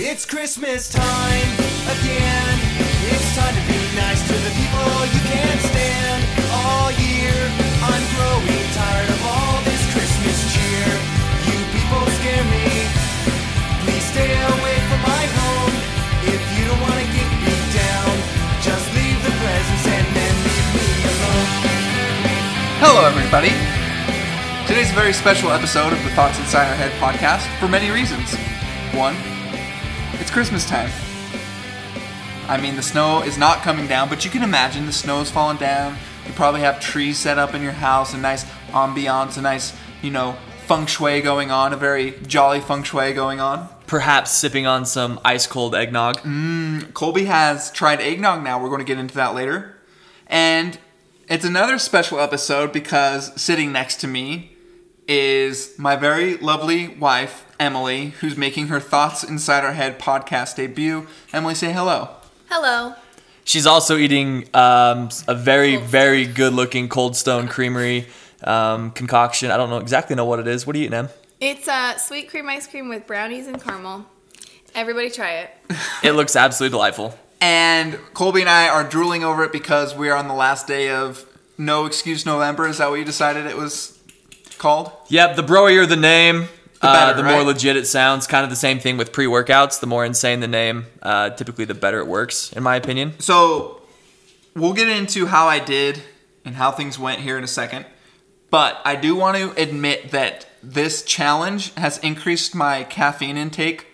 It's Christmas time again. It's time to be nice to the people you can't stand all year. I'm growing tired of all this Christmas cheer. You people scare me. Please stay away from my home. If you don't want to get beat down, just leave the presents and then leave me alone. Hello, everybody. Today's a very special episode of the Thoughts Inside Our Head podcast for many reasons. One, it's Christmas time. I mean, the snow is not coming down, but you can imagine the snow's falling down. You probably have trees set up in your house, a nice ambiance, a nice, you know, feng shui going on, a very jolly feng shui going on. perhaps sipping on some ice cold eggnog. Mm, Colby has tried eggnog now. We're going to get into that later. And it's another special episode because sitting next to me is my very lovely wife, Emily, who's making her Thoughts Inside Our Head podcast debut. Emily, say hello. Hello. She's also eating um, a very, very good looking Cold Stone Creamery um, concoction. I don't know exactly know what it is. What are you eating, Em? It's uh, sweet cream ice cream with brownies and caramel. Everybody try it. It looks absolutely delightful. And Colby and I are drooling over it because we are on the last day of No Excuse November. Is that what you decided it was called? Yep, the broier the name, the, better, uh, the more right? legit it sounds. Kind of the same thing with pre workouts. The more insane the name, uh, typically the better it works, in my opinion. So we'll get into how I did and how things went here in a second. But I do want to admit that this challenge has increased my caffeine intake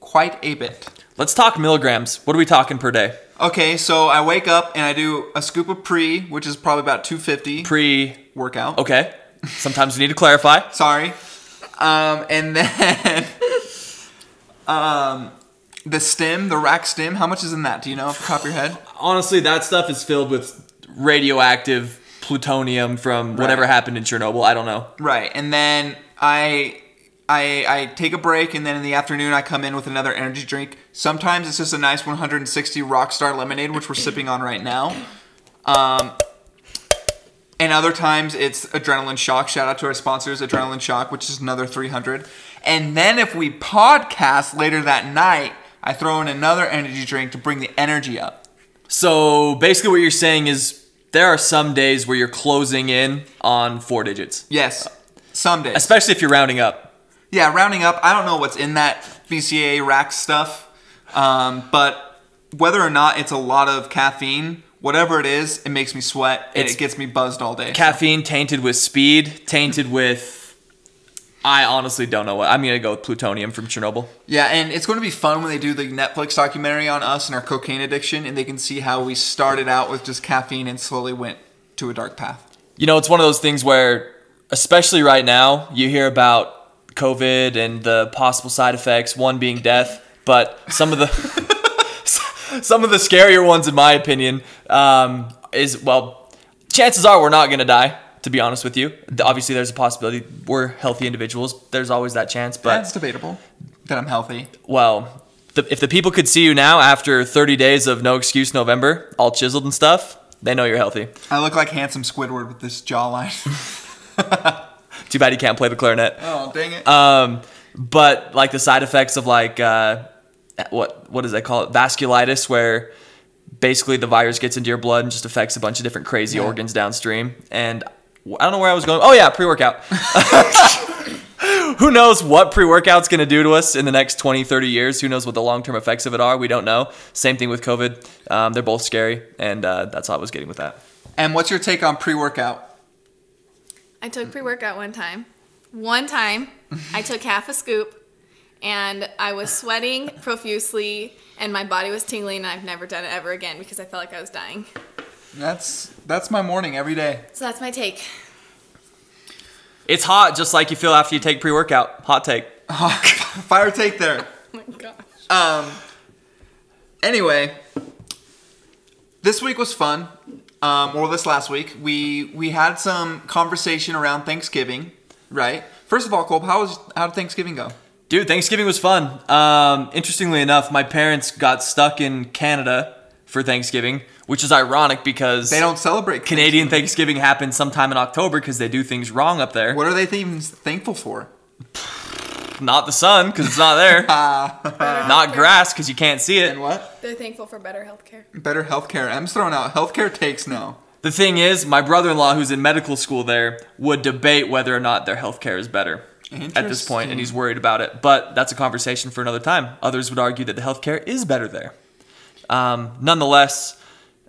quite a bit. Let's talk milligrams. What are we talking per day? Okay, so I wake up and I do a scoop of pre, which is probably about 250 Pre. workout. Okay. Sometimes we need to clarify. Sorry. Um, and then um, the stem, the rack stem, how much is in that? Do you know off the top of your head? honestly, that stuff is filled with radioactive plutonium from whatever happened in Chernobyl. I don't know. Right, and then I, I, I take a break, and then in the afternoon I come in with another energy drink. Sometimes it's just a nice 160 Rockstar lemonade, which we're sipping on right now. Um, and other times it's Adrenaline Shock. Shout out to our sponsors, Adrenaline Shock, which is another 300. And then if we podcast later that night, I throw in another energy drink to bring the energy up. So basically, what you're saying is there are some days where you're closing in on four digits, Yes, someday. especially if you're rounding up. yeah, rounding up, I don't know what's in that BCA rack stuff, um, but whether or not it's a lot of caffeine, whatever it is, it makes me sweat and It's- it gets me buzzed all day. Caffeine tainted with speed, tainted with. I honestly don't know what. I'm gonna go with plutonium from Chernobyl. yeah, and it's going to be fun when they do the Netflix documentary on us and our cocaine addiction, and they can see how we started out with just caffeine and slowly went to a dark path. You know, it's one of those things where, especially right now, you hear about COVID and the possible side effects, one being death, but some of the some of the scarier ones, in my opinion, um, is well, chances are we're not gonna die. To be honest with you, obviously there's a possibility we're healthy individuals. There's always that chance, but That's debatable that I'm healthy. well, the, if the people could see you now after 30 days of no excuse November, all chiseled and stuff, they know you're healthy. I look like handsome Squidward with this jawline. Too bad you can't play the clarinet. oh, dang it. Um, but like the side effects of like uh, what what does that call it? Vasculitis, where basically the virus gets into your blood and just affects a bunch of different crazy Yeah. organs downstream. And I don't know where I was going. Oh yeah, pre workout. Who knows what pre workout's going to do to us in the next 20, 30 years? Who knows what the long term effects of it are? We don't know. Same thing with COVID. Um, they're both scary. And uh, that's all I was getting with that. and what's your take on pre workout? I took pre workout one time. One time, I took half a scoop and I was sweating profusely and my body was tingling and I've never done it ever again because I felt like I was dying. That's that's my morning every day. So that's my take. It's hot, just like you feel after you take pre workout. Hot take. Fire take there. Oh my gosh. Um. Anyway, this week was fun. Um, or this last week, we we had some conversation around Thanksgiving, right? First of all, Colb, how was how did Thanksgiving go? Dude, Thanksgiving was fun. Um, interestingly enough, my parents got stuck in Canada for Thanksgiving, which is ironic because They don't celebrate Canadian Thanksgiving happens sometime in October because they do things wrong up there. Thanksgiving. What are they even thankful for? Not the sun, because it's not there. not grass, because you can't see it. And what? They're thankful for better health care. Better healthcare. M's throwing out healthcare takes now. The thing is, my brother-in-law, who's in medical school there, would debate whether or not their healthcare is better at this point, Interesting. and he's worried about it. But that's a conversation for another time. Others would argue that the healthcare is better there. Um, nonetheless,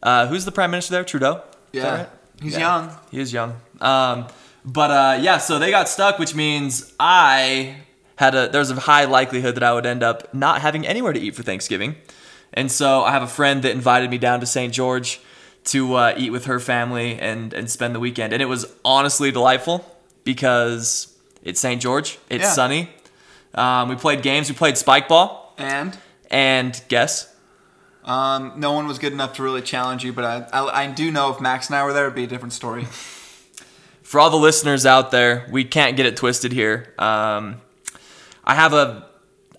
uh, who's the prime minister there? Trudeau. Is that Yeah. right? He's uh, Yeah. young. He is young. Um, but uh, yeah, so they got stuck, which means I had a there's a high likelihood that I would end up not having anywhere to eat for Thanksgiving, and so I have a friend that invited me down to St. George to uh, eat with her family and and spend the weekend, and it was honestly delightful because it's St. George, it's Yeah. sunny. Um, we played games, we played spike ball, And and guess um, no one was good enough to really challenge you, but I, I, I do know if Max and I were there, it'd be a different story. for all the listeners out there, we can't get it twisted here. Um, I have a,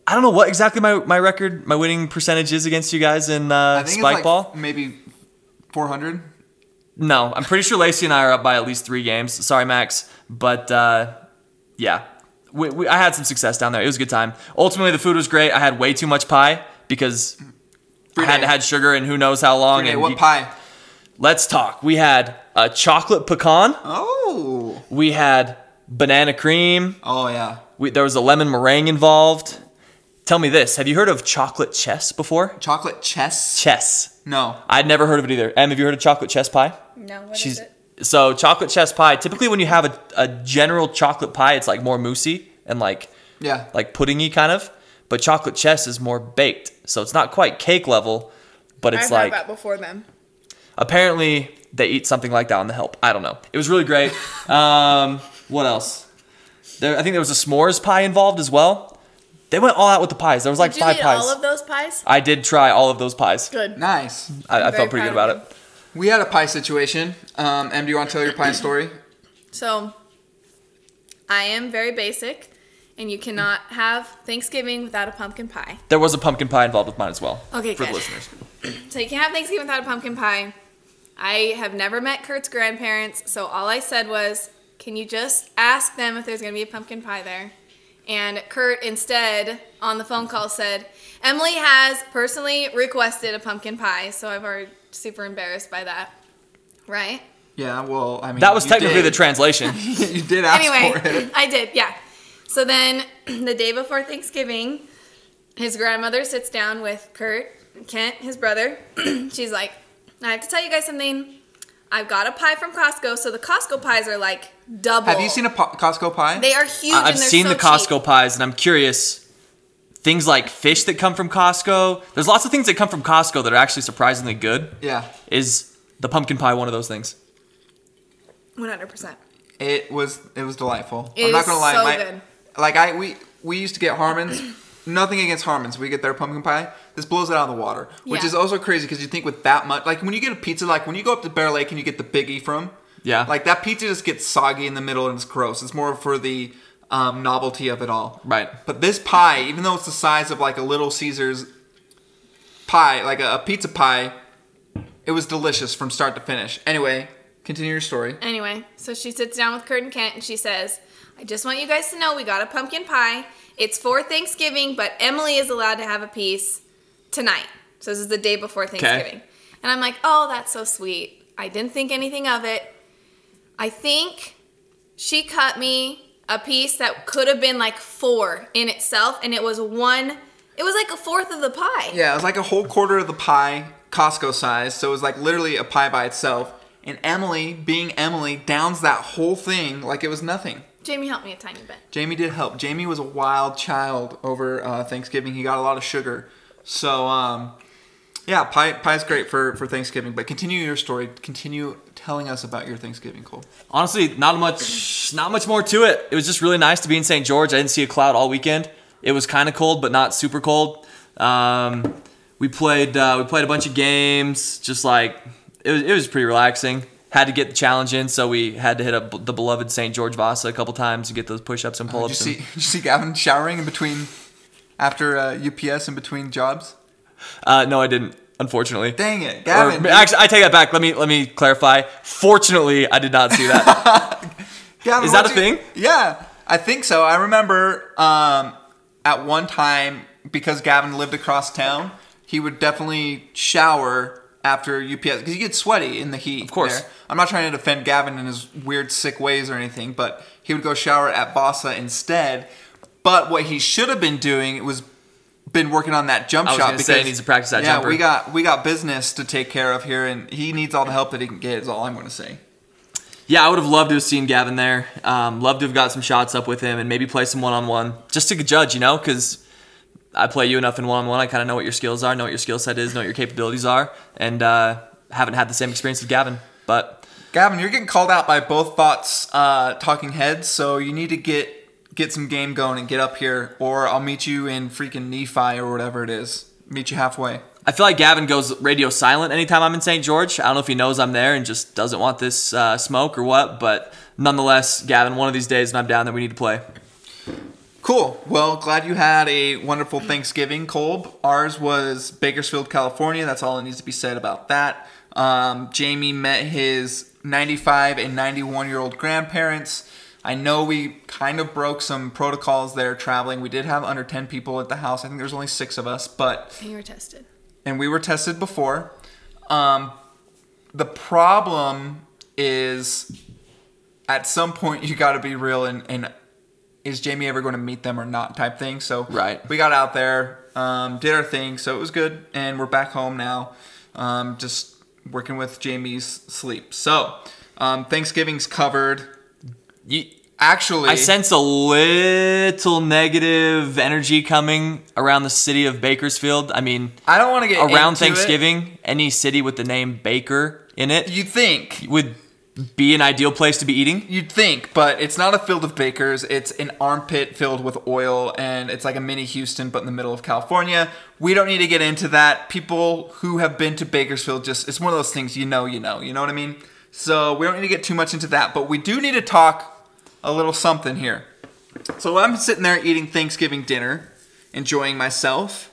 I don't know what exactly my, my record, my winning percentage is against you guys in I uh, think spike it's like ball. maybe 400. No, I'm pretty sure Lacey and I are up by at least three games. Sorry, Max, but uh, yeah, we, we, I had some success down there. It was a good time. Ultimately, the food was great. I had way too much pie because I day. hadn't had sugar in who knows how long. Okay, and what you- pie? Let's talk. We had a chocolate pecan. Oh. We had banana cream. Oh, yeah. We, there was a lemon meringue involved. Tell me this: Have you heard of chocolate chess before? Chocolate chess? Chess. No. I'd never heard of it either. Em, have you heard of chocolate chess pie? No, what is She's it? so chocolate chess pie. Typically, when you have a, a general chocolate pie, it's like more moussey and like Yeah. like puddingy kind of. But chocolate chess is more baked, so it's not quite cake level, but it's I've like had that before them. apparently they eat something like that on the help. I don't know. It was really great. um, what else? There, I think there was a s'mores pie involved as well. They went all out with the pies. There was like Did you five eat pies. all of those pies? I did try all of those pies. Good. nice. I, I I'm felt very pretty good proud about of it. We had a pie situation. Um, Em, do you want to tell your pie story? So, I am very basic, and you cannot have Thanksgiving without a pumpkin pie. There was a pumpkin pie involved with mine as well. Okay, for the good. listeners. So Oh, you can't have Thanksgiving without a pumpkin pie. I have never met Kurt's grandparents, so all I said was, "Can you just ask them if there's going to be a pumpkin pie there?" And Kurt instead on the phone call said, "Emily has personally requested a pumpkin pie, so I've already super embarrassed by that." Right? Yeah, well, I mean. That was you technically the did. translation. you did ask for it. anyway, I did, yeah. So then the day before Thanksgiving, his grandmother sits down with Kurt, Kent, his brother. She's like, I have to tell you guys something. I've got a pie from Costco, so the Costco pies are like double. Have you seen a po- Costco pie? They are huge. I- I've and they're seen so the Costco cheap. pies, and I'm curious. Things like fish that come from Costco. There's lots of things that come from Costco that are actually surprisingly good. yeah. Is the pumpkin pie one of those things? 100%. It was it was delightful. It I'm not is gonna lie, so my- good. like I we we used to get Harmons. Nothing against Harmons. We get their pumpkin pie. This blows it out of the water, which Yeah. is also crazy because you think with that much, like when you get a pizza, like when you go up to Bear Lake and you get the biggie from, Yeah. like that pizza just gets soggy in the middle and it's gross. It's more for the um, novelty of it all. Right. But this pie, even though it's the size of like a Little Caesar's pie, like a, a pizza pie, it was delicious from start to finish. Anyway, continue your story. Anyway, so she sits down with Kurt and Kent and she says, I just want you guys to know we got a pumpkin pie. It's for Thanksgiving, but Emily is allowed to have a piece tonight. So this is the day before Thanksgiving. And I'm like, oh, that's so sweet. I didn't think anything of it. I think she cut me a piece that could have been like four in itself, and it was one, it was like a fourth of the pie. Yeah, it was like a whole quarter of the pie, Costco size. So it was like literally a pie by itself. And Emily, being Emily, downs that whole thing like it was nothing. Jamie helped me a tiny bit. Jamie did help. Jamie was a wild child over uh, Thanksgiving. He got a lot of sugar. So, um, yeah, pie pie's great for, for Thanksgiving. But continue your story. Continue telling us about your Thanksgiving, Cole. Honestly, not much, not much more to it. It was just really nice to be in St. George. I didn't see a cloud all weekend. It was kind of cold, but not super cold. Um, we played, uh, we played a bunch of games. Just like it was, it was pretty relaxing. Had to get the challenge in, so we had to hit up the beloved St. George Vasa a couple times to get those push-ups and Did you pull-ups. see and- did you see Gavin showering in between after uh, UPS in between jobs? uh, no, I didn't. Unfortunately. Dang it, Or- Gavin! actually, I take that back. Let me let me clarify. Fortunately, I did not see that. Gavin, Is that what'd a you- thing? Yeah. I think so. I remember um, at one time because Gavin lived across town, he would definitely shower after UPS because you get sweaty in the heat. Of course. I'm not trying to defend Gavin and his weird sick ways or anything, but he would go shower at Bossa instead. But what he should have been doing was been working on that jump I was shot gonna say, he needs to practice that yeah, jumper. we got we got business to take care of here, and he needs all the help that he can get. Is all I'm going to say. Yeah, I would have loved to have seen Gavin there. Um, loved to have got some shots up with him and maybe play some one on one just to judge, you know, because I play you enough in one on one. I kind of know what your skills are, know what your skill set is, know what your capabilities are, and uh, haven't had the same experience with Gavin. But Gavin, you're getting called out by both thoughts uh, talking heads, so you need to get get some game going and get up here, or I'll meet you in freaking Nephi or whatever it is. Meet you halfway. I feel like Gavin goes radio silent anytime I'm in St. George. I don't know if he knows I'm there and just doesn't want this uh, smoke or what, but nonetheless, Gavin, one of these days when I'm down there, we need to play. Cool. Well, glad you had a wonderful Thanksgiving, Kolb. Ours was Bakersfield, California. That's all that needs to be said about that. Um, Jamie met his 95 and 91 year old grandparents. I know we kind of broke some protocols there traveling. We did have under 10 people at the house. I think there's only six of us, but And you were tested. and we were tested before. Um, the problem is, at some point, you got to be real and, and is Jamie ever going to meet them or not type thing. So Right. we got out there, um, did our thing, so it was good, and we're back home now, um, just working with Jamie's sleep. So um, Thanksgiving's covered. You, Actually, I sense a little negative energy coming around the city of Bakersfield. I mean, I don't want to get around into it. Thanksgiving, any city with the name Baker in it You'd think would be an ideal place to be eating. You'd think, but it's not a field of bakers. It's an armpit filled with oil, and it's like a mini Houston, but in the middle of California. We don't need to get into that. People who have been to Bakersfield just, it's one of those things you know, you know, you know what I mean? So we don't need to get too much into that, but we do need to talk a little something here. So I'm sitting there eating Thanksgiving dinner, enjoying myself.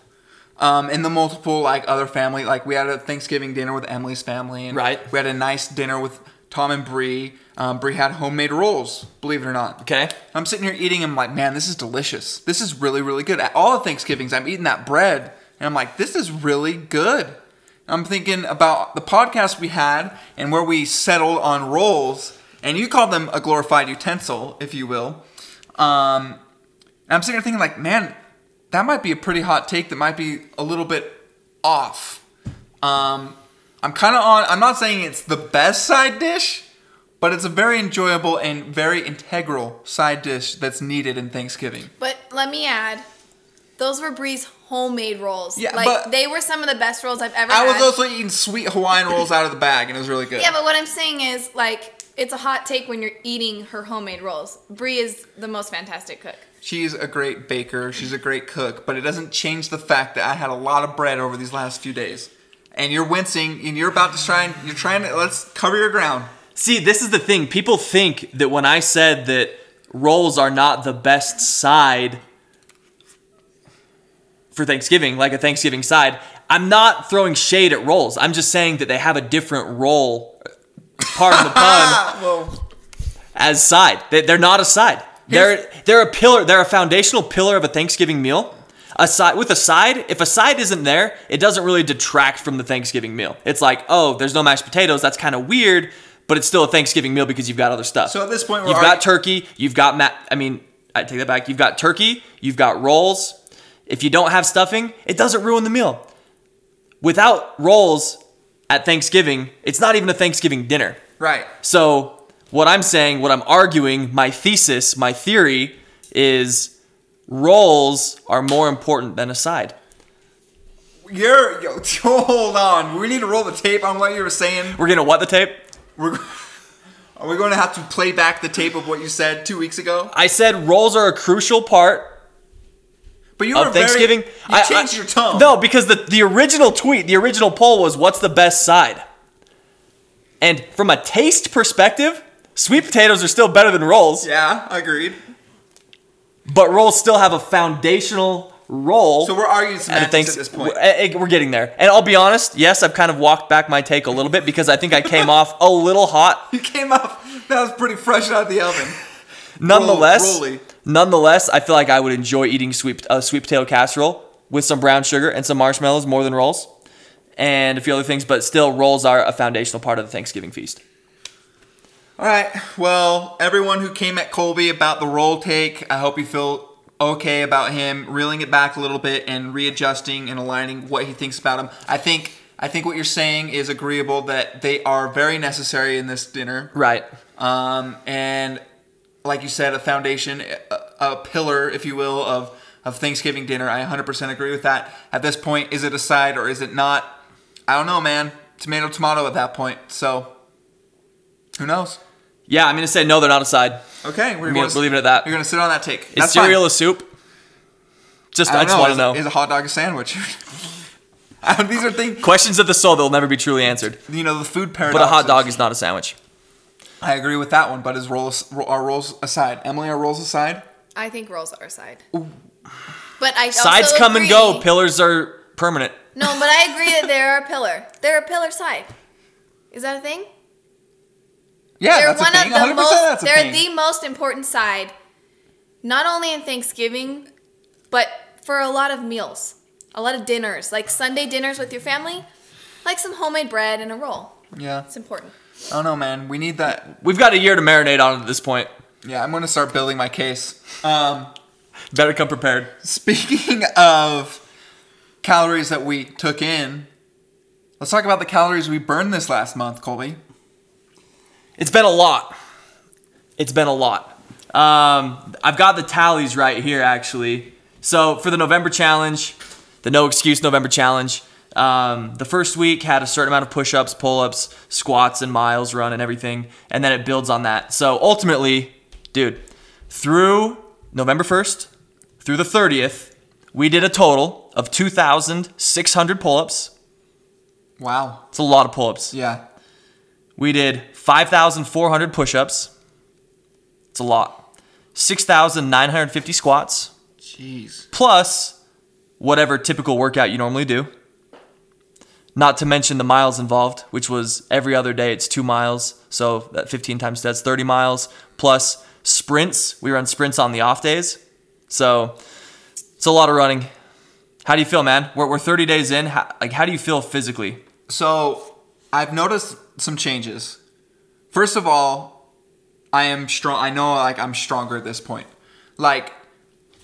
Um, and the multiple like other family, like we had a Thanksgiving dinner with Emily's family, and Right. we had a nice dinner with Tom and Bree. Um, Bree had homemade rolls, believe it or not. Okay. I'm sitting here eating. I'm like, man, this is delicious. This is really, really good. At all the Thanksgivings, I'm eating that bread, and I'm like, this is really good. I'm thinking about the podcast we had and where we settled on rolls, and you called them a glorified utensil, if you will. Um, and I'm sitting here thinking, like, man, that might be a pretty hot take. That might be a little bit off. Um, I'm kind of on. I'm not saying it's the best side dish, but it's a very enjoyable and very integral side dish that's needed in Thanksgiving. But let me add, those were Bree's homemade rolls. Yeah, like but- they were some of the best rolls I've ever I had. was also eating sweet Hawaiian rolls out of the bag, and it was really good. yeah, but what I'm saying is like it's a hot take when you're eating her homemade rolls. Bree is the most fantastic cook. She's a great baker. She's a great cook, but it doesn't change the fact that I had a lot of bread over these last few days. And you're wincing, and you're about to try. And you're trying to let's cover your ground. See, this is the thing. People think that when I said that rolls are not the best side for Thanksgiving, like a Thanksgiving side, I'm not throwing shade at rolls. I'm just saying that they have a different role, pardon the pun, Well, as side. They, they're not a side. They're they're a pillar. They're a foundational pillar of a Thanksgiving meal. A side with a side. If a side isn't there, it doesn't really detract from the Thanksgiving meal. It's like, oh, there's no mashed potatoes. That's kind of weird, but it's still a Thanksgiving meal because you've got other stuff. So at this point, we're you've already- got turkey. You've got ma- I mean, I take that back. You've got turkey. You've got rolls. If you don't have stuffing, it doesn't ruin the meal. Without rolls at Thanksgiving, it's not even a Thanksgiving dinner. right. So, what I'm saying, what I'm arguing, my thesis, my theory is roles are more important than a side. You're yo, hold on. We need to roll the tape on what you were saying. We're gonna what the tape? We're, are we going to have to play back the tape of what you said two weeks ago? I said roles are a crucial part But you were of Thanksgiving. Very, you I- I- changed your tone. No, because the, the original tweet, the original poll was what's the best side? And from a taste perspective, sweet potatoes are still better than rolls, Yeah, agreed. but rolls still have a foundational role. So we're arguing at a semantics thanks- at this point. We're, eh, eh, we're getting there. And I'll be honest, yes, I've kind of walked back my take a little bit because I think I came off a little hot. You came up. That was pretty fresh out of the oven. Nonetheless, Roly. nonetheless, I feel like I would enjoy eating sweet uh, sweet potato casserole with some brown sugar and some marshmallows more than rolls, and a few other things. But still, rolls are a foundational part of the Thanksgiving feast. All right. Well, everyone who came at Colby about the roll take, I hope you feel okay about him reeling it back a little bit and readjusting and aligning what he thinks about him. I think I think what you're saying is agreeable that they are very necessary in this dinner. Right. Um, and like you said, a foundation, a, a pillar, if you will, of of Thanksgiving dinner. I 100% agree with that. At this point, is it a side or is it not? I don't know, man. Tomato, tomato. At that point, so who knows? Yeah, I'm gonna say no. They're not a side. Okay, we're I'm gonna gonna leave it at that. You're gonna sit on that take. Is cereal a soup? Just I, don't just want to Is- know. Is a hot dog a sandwich? I don't- These are things. Questions of the soul that will never be truly answered. You know the food But paradox. a hot dog is not a sandwich. I agree with that one. But is rolls are rolls aside? Emily, are rolls aside? I think rolls are a side. But I also Sides come and go. agree- Pillars are permanent. no, but I agree that they're a pillar. They're a pillar side. Is that a thing? Yeah, they're that's a thing. 100% most. that's a they're thing. the most important side, not only in Thanksgiving, but for a lot of meals, a lot of dinners, like Sunday dinners with your family, like some homemade bread and a roll. yeah. It's important. I don't know, man. We need that. We've got a year to marinate on it at this point. Yeah, I'm gonna start building my case. Um, Better come prepared. speaking of calories that we took in, let's talk about the calories we burned this last month, Colby. It's been a lot. It's been a lot. Um, I've got the tallies right here, actually. So for the November challenge, the No Excuse November challenge, um, the first week had a certain amount of push ups, pull ups, squats, and miles run and everything. And then it builds on that. So ultimately, dude, through November 1st, through the 30th, we did a total of 2,600 pull ups. Wow. It's a lot of pull ups. Yeah. We did 5,400 push ups. It's a lot. 6,950 squats, Jeez. plus whatever typical workout you normally do. Not to mention the miles involved, which was every other day it's two miles. So that 15 times that's 30 miles, plus sprints. We run sprints on the off days. So it's a lot of running. How do you feel, man? We're, we're 30 days in. How, like, how do you feel physically? So I've noticed some changes. First of all, I am strong. I know like I'm stronger at this point. Like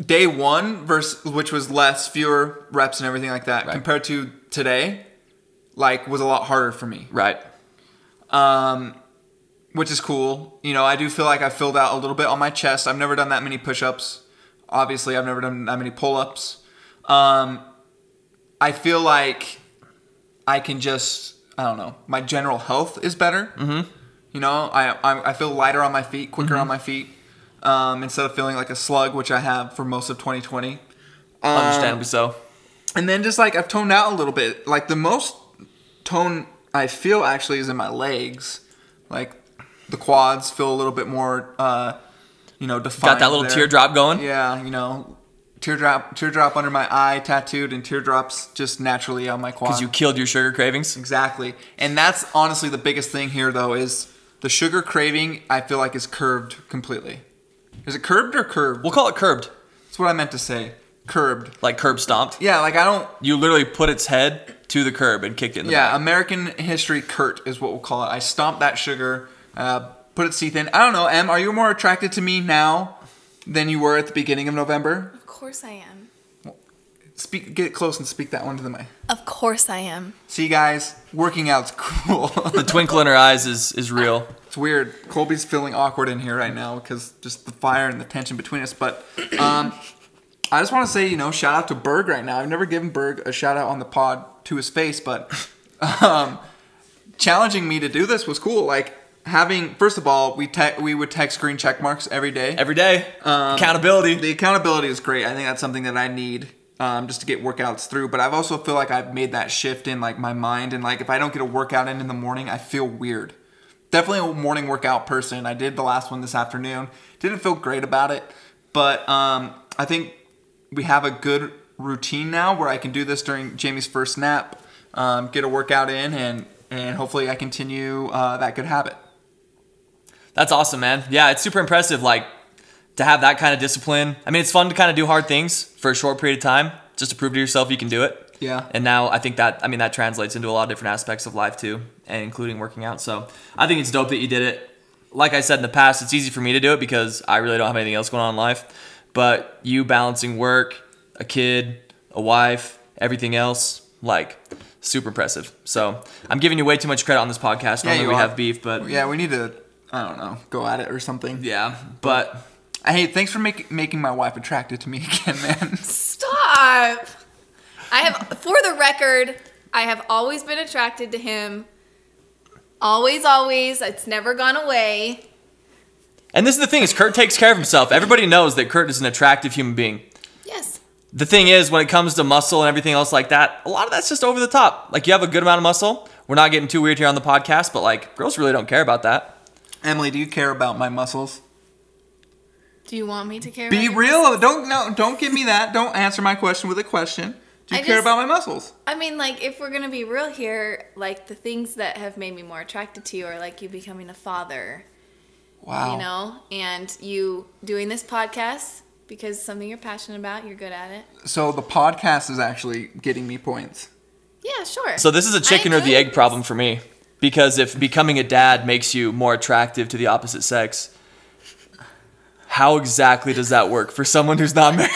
day one versus which was less, fewer reps and everything like that compared to today, like was a lot harder for me, Right. Um, which is cool. You know, I do feel like I filled out a little bit on my chest. I've never done that many push-ups. Obviously, I've never done that many pull-ups. Um, I feel like I can just I don't know. My general health is better. Mm-hmm. You know, I I, I feel lighter on my feet, quicker on my feet, um, instead of feeling like a slug, which I have for most of 2020. Uh, Understandably so. And then just like I've toned out a little bit. Like the most tone I feel actually is in my legs. Like the quads feel a little bit more, uh, you know, defined. Got that little there. teardrop going? Yeah, you know, teardrop, teardrop under my eye tattooed, and teardrops just naturally on my quad. Because you killed your sugar cravings. Exactly. And that's honestly the biggest thing here, though, is the sugar craving. I feel like is curved completely. Is it curbed or curved? We'll call it curbed, That's what I meant to say. Curbed. like curb stomped. Yeah, like I don't. You literally put its head to the curb and kicked it in the Yeah, back. American history Kurt is what we'll call it. I stomped that sugar, uh, put its teeth in. I don't know, Em. Are you more attracted to me now than you were at the beginning of November? Of course I am. Speak, get close and speak that one to the mic. Of course I am. See, guys, working out's cool. The twinkle in her eyes is, is real. It's weird. Colby's feeling awkward in here right now because just the fire and the tension between us. But um, I just want to say, you know, shout out to Berg right now. I've never given Berg a shout out on the pod to his face, but um, challenging me to do this was cool. Like having, first of all, we te- we would text green check marks every day. Every day, accountability. the accountability is great. I think that's something that I need um, just to get workouts through. But I've also feel like I've made that shift in like my mind and like if I don't get a workout in in the morning, I feel weird. Definitely a morning workout person. I did the last one this afternoon. Didn't feel great about it, but um, I think we have a good routine now where I can do this during Jamie's first nap, um, get a workout in, and and hopefully I continue uh, that good habit. That's awesome, man. Yeah, it's super impressive. Like, to have that kind of discipline. I mean, it's fun to kind of do hard things for a short period of time just to prove to yourself you can do it. Yeah. And now I think that I mean that translates into a lot of different aspects of life too, and including working out. So I think it's dope that you did it. Like I said in the past, it's easy for me to do it because I really don't have anything else going on in life. But you balancing work, a kid, a wife, everything else, like super impressive. So I'm giving you way too much credit on this podcast. Yeah, Normally you we are. have beef, but Yeah, we need to. I don't know. Go at it or something. yeah. But I hate. Thanks for making making my wife attracted to me again, man. Stop. I have, for the record, I have always been attracted to him. Always, always. It's never gone away. and this is the thing is Kurt takes care of himself. Everybody knows that Kurt is an attractive human being. Yes. the thing is when it comes to muscle and everything else like that a lot of that's just over the top like you have a good amount of muscle we're not getting too weird here on the podcast but like girls really don't care about that Emily, do you care about my muscles? Do you want me to care? about Be your- real. Don't no. Don't give me that. Don't answer my question with a question. Do you I care just- about my muscles? I mean, like, if we're gonna be real here, like the things that have made me more attracted to you are like you becoming a father, Wow. you know, and you doing this podcast because it's something you're passionate about, you're good at it. So the podcast is actually getting me points. Yeah, sure. so this is a chicken or the egg problem for me because if becoming a dad makes you more attractive to the opposite sex how exactly does that work for someone who's not married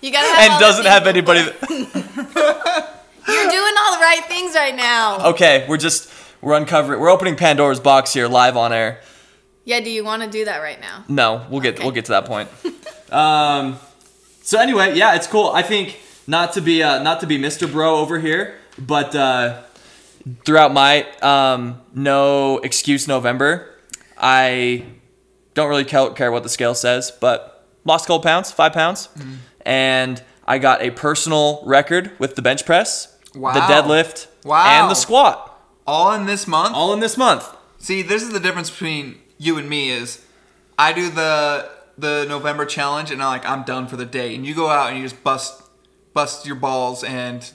You gotta have all and the doesn't things- have anybody that- You're doing all the right things right now. okay we're just we're uncovering we're opening pandora's box here live on air Yeah, do you want to do that right now? No, we'll get Okay. we'll get to that point. um, so anyway, yeah, it's cool. I think not to be uh, not to be Mr. Bro over here, but uh, throughout my um, no excuse November, I don't really ca- care what the scale says, but lost a couple pounds, five pounds, Mm-hmm. and I got a personal record with the bench press, Wow. the deadlift, Wow. and the squat, All in this month. all in this month. See, this is the difference between you and me is I do the the November challenge and I'm like I'm done for the day and you go out and you just bust bust your balls and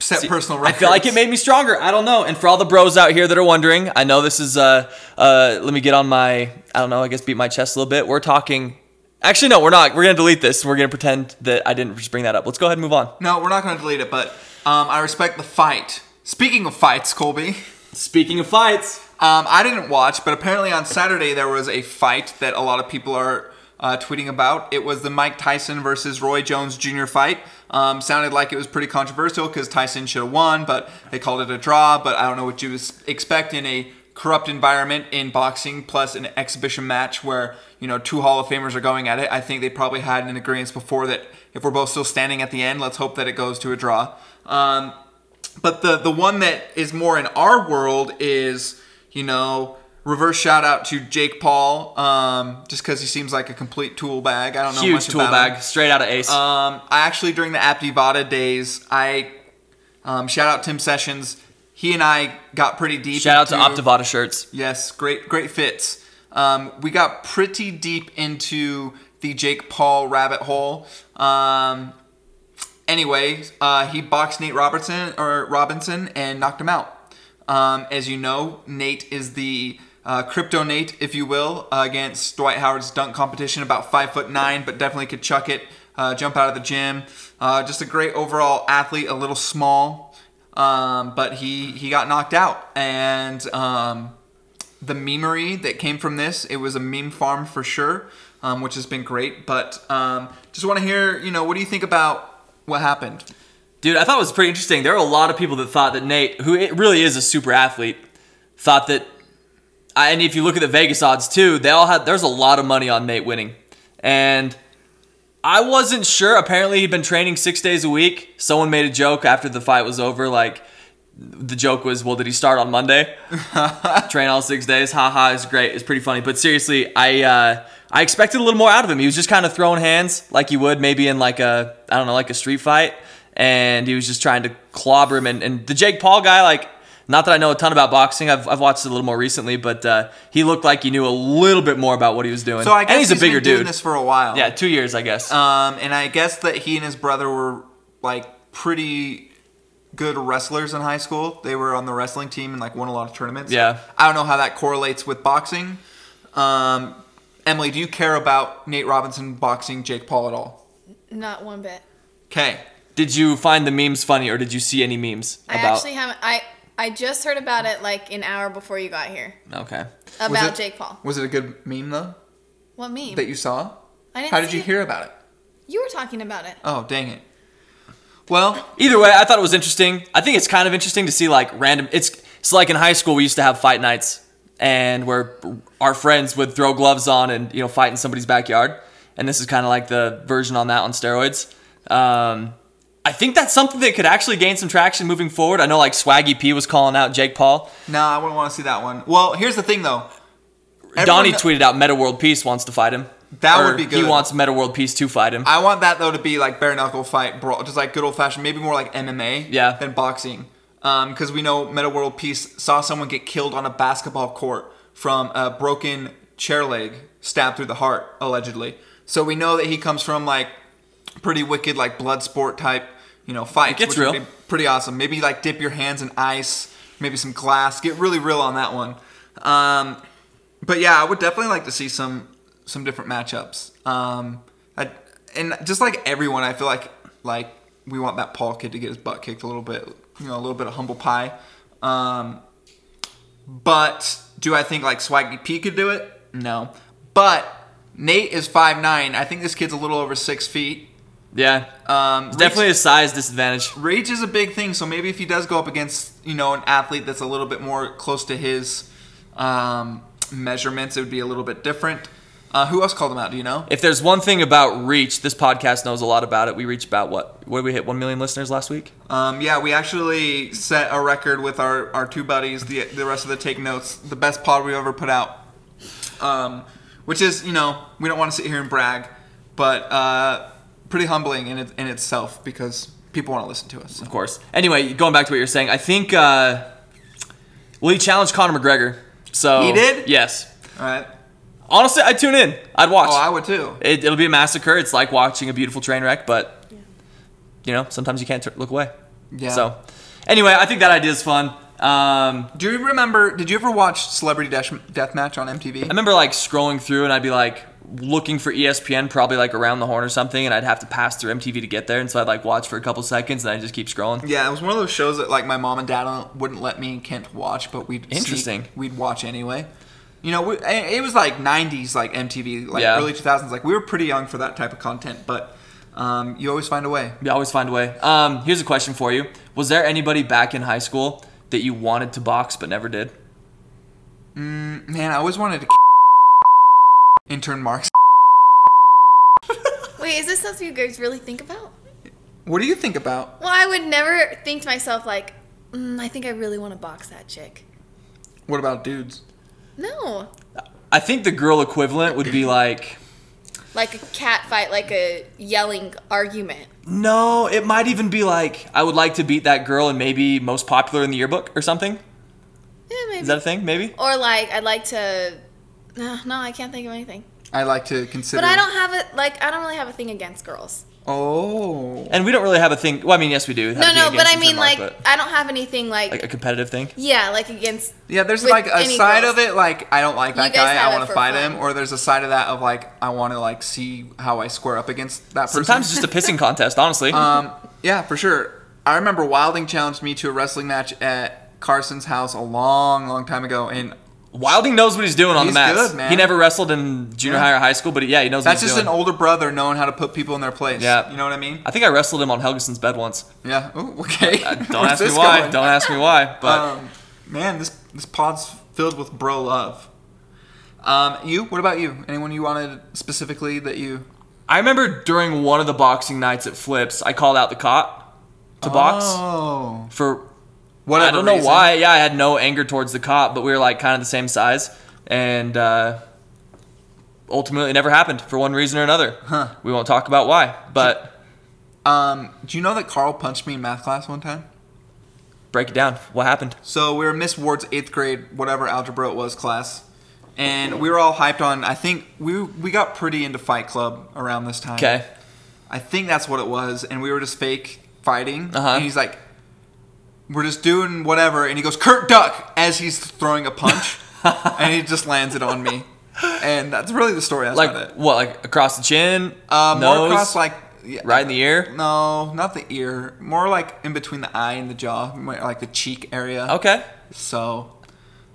set personal records. I feel like it made me stronger. I don't know. And for all the bros out here that are wondering, I know this is uh uh let me get on my I don't know, I guess beat my chest a little bit. We're talking Actually no, we're not. We're going to delete this. We're going to pretend that I didn't just bring that up. Let's go ahead and move on. No, we're not going to delete it, but um, I respect the fight. Speaking of fights, Colby, Speaking of fights, um, I didn't watch, but apparently on Saturday there was a fight that a lot of people are uh, tweeting about. It was the Mike Tyson versus Roy Jones Jr. fight. Um, sounded like it was pretty controversial because Tyson should have won, but they called it a draw. But I don't know what you s- expect in a corrupt environment in boxing plus an exhibition match where you know two hall of famers are going at it i think they probably had an agreement before that if we're both still standing at the end let's hope that it goes to a draw um, but the the one that is more in our world is you know reverse shout out to Jake Paul um, just because he seems like a complete tool bag. I don't know huge much tool about bag him. straight out of Ace. Um, I actually during the Aptivada days, I um, shout out Tim Sessions. He and I got pretty deep. Shout out to into- Optivada shirts. Yes, great, great fits. Um, we got pretty deep into the Jake Paul rabbit hole. Um, anyway, uh, he boxed Nate Robertson or Robinson and knocked him out. Um, as you know, Nate is the uh, crypto Nate, if you will, uh, against Dwight Howard's dunk competition. About five foot nine, but definitely could chuck it, uh, jump out of the gym. Uh, just a great overall athlete. A little small, um, but he he got knocked out and. Um, the memery that came from this. It was a meme farm for sure, um, which has been great. But um, just want to hear, you know, what do you think about what happened? Dude, I thought it was pretty interesting. There were a lot of people that thought that Nate, who it really is a super athlete, thought that. I- And if you look at the Vegas odds too, they all had. There's a lot of money on Nate winning, and I wasn't sure. Apparently, he'd been training six days a week. Someone made a joke after the fight was over, like the joke was, "Well, did he start on Monday? Train all six days? Ha ha! It's great. It's pretty funny." But seriously, I uh, I expected a little more out of him. He was just kind of throwing hands like he would maybe in like a I don't know like a street fight, and he was just trying to clobber him. And, and the Jake Paul guy, like, not that I know a ton about boxing. I've, I've watched it a little more recently, but uh, he looked like he knew a little bit more about what he was doing. So I guess and he's, a bigger been doing dude. this for a while. yeah, two years, I guess. Oh. Um, and I guess that he and his brother were like pretty good wrestlers in high school. They were on the wrestling team and like won a lot of tournaments. Yeah. I don't know how that correlates with boxing. Um, Emily, do you care about Nate Robinson boxing Jake Paul at all? Not one bit. Okay. Did you find the memes funny, or did you see any memes I about? actually haven't. I I just heard about it like an hour before you got here okay. about Jake Paul. Was it a good meme though What meme? that you saw? I didn't How did see you it. hear about it? You were talking about it. Oh, dang it. Well, Either way, I thought it was interesting. I think it's kind of interesting to see like random. It's it's like in high school we used to have fight nights, and where our friends would throw gloves on and you know fight in somebody's backyard. And this is kind of like the version on that on steroids. Um, I think that's something that could actually gain some traction moving forward. I know like Swaggy P was calling out Jake Paul. no, I wouldn't want to see that one. Well, here's the thing though. Everyone- Donnie tweeted out Meta World Peace wants to fight him. That Or would be He good. wants Meta World Peace to fight him. I want that though to be like bare knuckle fight brawl, just like good old fashioned, maybe more like MMA Yeah. than boxing. Because we know Meta World Peace saw someone get killed on a basketball court from a broken chair leg stabbed through the heart, allegedly. So we know that he comes from like pretty wicked, like blood sport type, you know, fight. gets real. pretty awesome. Maybe like dip your hands in ice, maybe some glass. Get really real on that one. Um, but yeah, I would definitely like to see some some different matchups. Um, I, and just like everyone, I feel like like we want that Paul kid to get his butt kicked a little bit, you know, a little bit of humble pie. Um, but do I think like Swaggy P could do it? No. But Nate is five nine. I think this kid's a little over six feet. yeah. Um, It's definitely a size disadvantage. rage is a big thing so maybe if he does go up against you know an athlete that's a little bit more close to his um, measurements it would be a little bit different uh, who else called him out do you know If there's one thing about reach, this podcast knows a lot about it. We reached about what? What did we hit? One million listeners last week. um, yeah we actually set a record with our, our two buddies the, the rest of the take notes the best pod we've ever put out um, which is you know we don't want to sit here and brag but uh, pretty humbling in, it, in itself because people want to listen to us so. Of course. Anyway, going back to what you're saying, I think uh, well, he challenged Conor McGregor. So He did? Yes. all right Honestly, I'd tune in. I'd watch. oh i would too it, it'll be a massacre. It's like watching a beautiful train wreck, but you know, sometimes you can't t- look away. yeah So, anyway, I think that idea is fun. Um, Do you remember? Did you ever watch Celebrity Death Deathmatch on MTV? I remember like scrolling through and I'd be like looking for E ESPN probably like around the horn or something and I'd have to pass through MTV to get there and so I'd like watch for a couple seconds and I'd just keep scrolling. yeah, it was one of those shows that like my mom and dad wouldn't let me and Kent watch, but we'd sneak- Interesting. we'd watch anyway. You know, we, it it was like '90s, like MTV, like Yeah. early 2000s. Like we were pretty young for that type of content, but um, you always find a way. You always find a way. Um, here's a question for you. Was there anybody back in high school that you wanted to box but never did? Man, I always wanted to. Intern marks. Wait, is this something you guys really think about? What do you think about? Well, I would never think to myself like, mm, I think I really want to box that chick. What about dudes? No, I think the girl equivalent would be like like a cat fight, like a yelling argument. no, it might even be like I would like to beat that girl and maybe most popular in the yearbook or something. Yeah, maybe. Is that a thing? Maybe? or like, I'd like to. No, no, I can't think of anything. I like to consider. But I don't have a like. I don't really have a thing against girls. Oh. And we don't really have a thing. Well, I mean, yes, we do. have No, a thing no, but against I the mean trademark, like, but- I don't have anything like. like a competitive thing. yeah, like against. Yeah, there's with like a any side girls. of it like I don't like that You guys guy, have I it want to for fight fun. him, or there's a side of that of like I want to like see how I square up against that person. Sometimes just a pissing contest, honestly. um, yeah, for sure. I remember Wilding challenged me to a wrestling match at Carson's house a long, long time ago, and Wilding knows what he's doing on He's the mats. good, man. He never wrestled in junior Yeah. high or high school, but yeah, he knows. that's what he's just an doing. older brother knowing how to put people in their place. Yeah. you know what I mean? I think I wrestled him on Helgeson's bed once. Yeah. Ooh, okay. Uh, Don't Where's ask me this why. going? Don't ask me why. But Um, man, this this pod's filled with bro love. Um, you? What about you? Anyone you wanted specifically that you? I remember during one of the boxing nights at Flips, I called out the cop to box Oh. for Whatever I don't know reason. why. Yeah, I had no anger towards the cop, but we were like kind of the same size, and uh, ultimately, it never happened for one reason or another. Huh. We won't talk about why, but Um, do you know that Carl punched me in math class one time? break it down. What happened? So we were Miss Ward's eighth grade, whatever algebra it was, class, and we were all hyped on. I think we we got pretty into Fight Club around this time. Okay. I think that's what it was, and we were just fake fighting. Uh-huh. And he's like, "We're just doing whatever," and he goes, "Kurt Duck," as he's throwing a punch, and he just lands it on me. and that's really the story. That's about Like it. what? Like across the chin, Uh, more nose, across like yeah, right in the ear. No, not the ear. More like in between the eye and the jaw, more like the cheek area. Okay. So,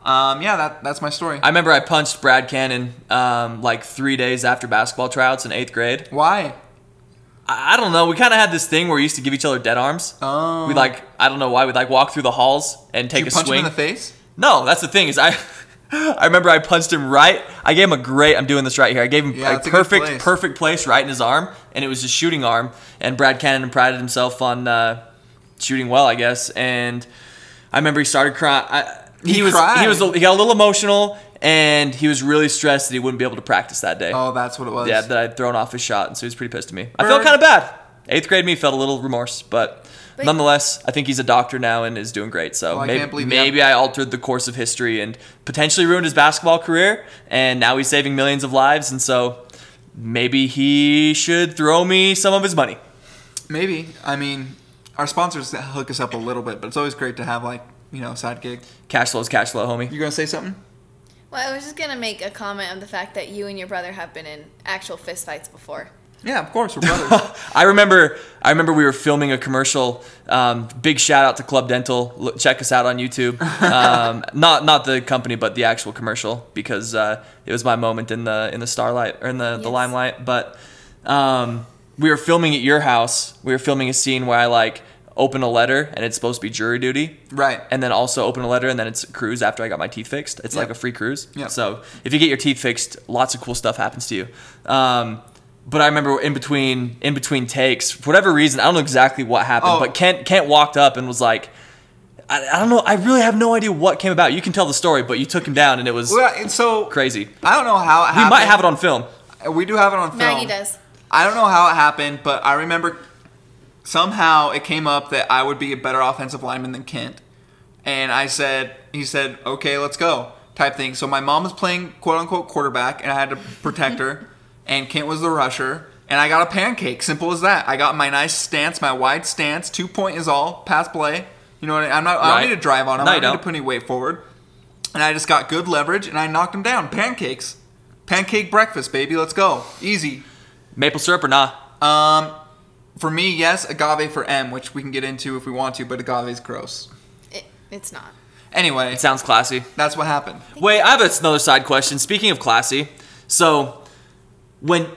um, yeah, that that's my story. I remember I punched Brad Cannon um, like three days after basketball tryouts in eighth grade. Why? I, I don't know. We kind of had this thing where we used to give each other dead arms. Oh. We like I don't know why we'd like walk through the halls and take you a punch swing. him in the face. No, that's the thing is I I remember I punched him right. I gave him a great. I'm doing this right here. I gave him Yeah, a that's a good perfect place. perfect place right in his arm, and it was his shooting arm. And Brad Cannon prided himself on uh, shooting well, I guess. And I remember he started crying. I, he, He was cried. he was he got a little emotional, and he was really stressed that he wouldn't be able to practice that day. Oh, that's what it was. yeah, that I'd thrown off his shot, and so he was pretty pissed at me. I felt Bird. kind of bad. Eighth grade me felt a little remorse, but. But- Nonetheless, I think he's a doctor now and is doing great. So Well, Oh, I maybe, can't believe he maybe I altered the course of history and potentially ruined his basketball career. And now he's saving millions of lives. And so maybe he should throw me some of his money. Maybe. I mean, our sponsors hook us up a little bit, but it's always great to have like you know a side gig. Cash flow's cash flow, homie. You gonna say something? Well, I was just gonna make a comment on the fact that you and your brother have been in actual fistfights before. Yeah, of course, we're brothers. I remember, I remember we were filming a commercial. Um, big shout out to Club Dental. Look, check us out on YouTube. Um, not not the company, but the actual commercial because uh, it was my moment in the in the starlight or in the, the Yes. limelight. But um, we were filming at your house. We were filming a scene where I like open a letter and it's supposed to be jury duty. right. And then also open a letter, and then it's a cruise after I got my teeth fixed. It's like Yep. a free cruise. Yep. So if you get your teeth fixed, lots of cool stuff happens to you. Um, but I remember in between in between takes, for whatever reason, I don't know exactly what happened, Oh. but Kent Kent walked up and was like, I, "I don't know, I really have no idea what came about." You can tell the story, but you took him down, and it was well, and so crazy. I don't know how it We happened. might have it on film. on. We do have it on film. Maggie does. I don't know how it happened, but I remember somehow it came up that I would be a better offensive lineman than Kent. And I said, he said, okay, let's go, type thing. So my mom was playing quote unquote quarterback, and I had to protect her. And Kent was the rusher. And I got a pancake, simple as that. I got my nice stance, my wide stance, two point is all, pass play. You know what I I'm not, I Right. don't need to drive on him. No, I you don't need don't. to put any weight forward. And I just got good leverage, and I knocked him down. Pancakes. Pancake breakfast, baby. Let's go. Easy. Maple syrup or nah? Um, for me, yes, agave for M, which we can get into if we want to, but agave's gross. It, it's not. Anyway, It sounds classy. that's what happened. Wait, I have another side question. Speaking of classy, so when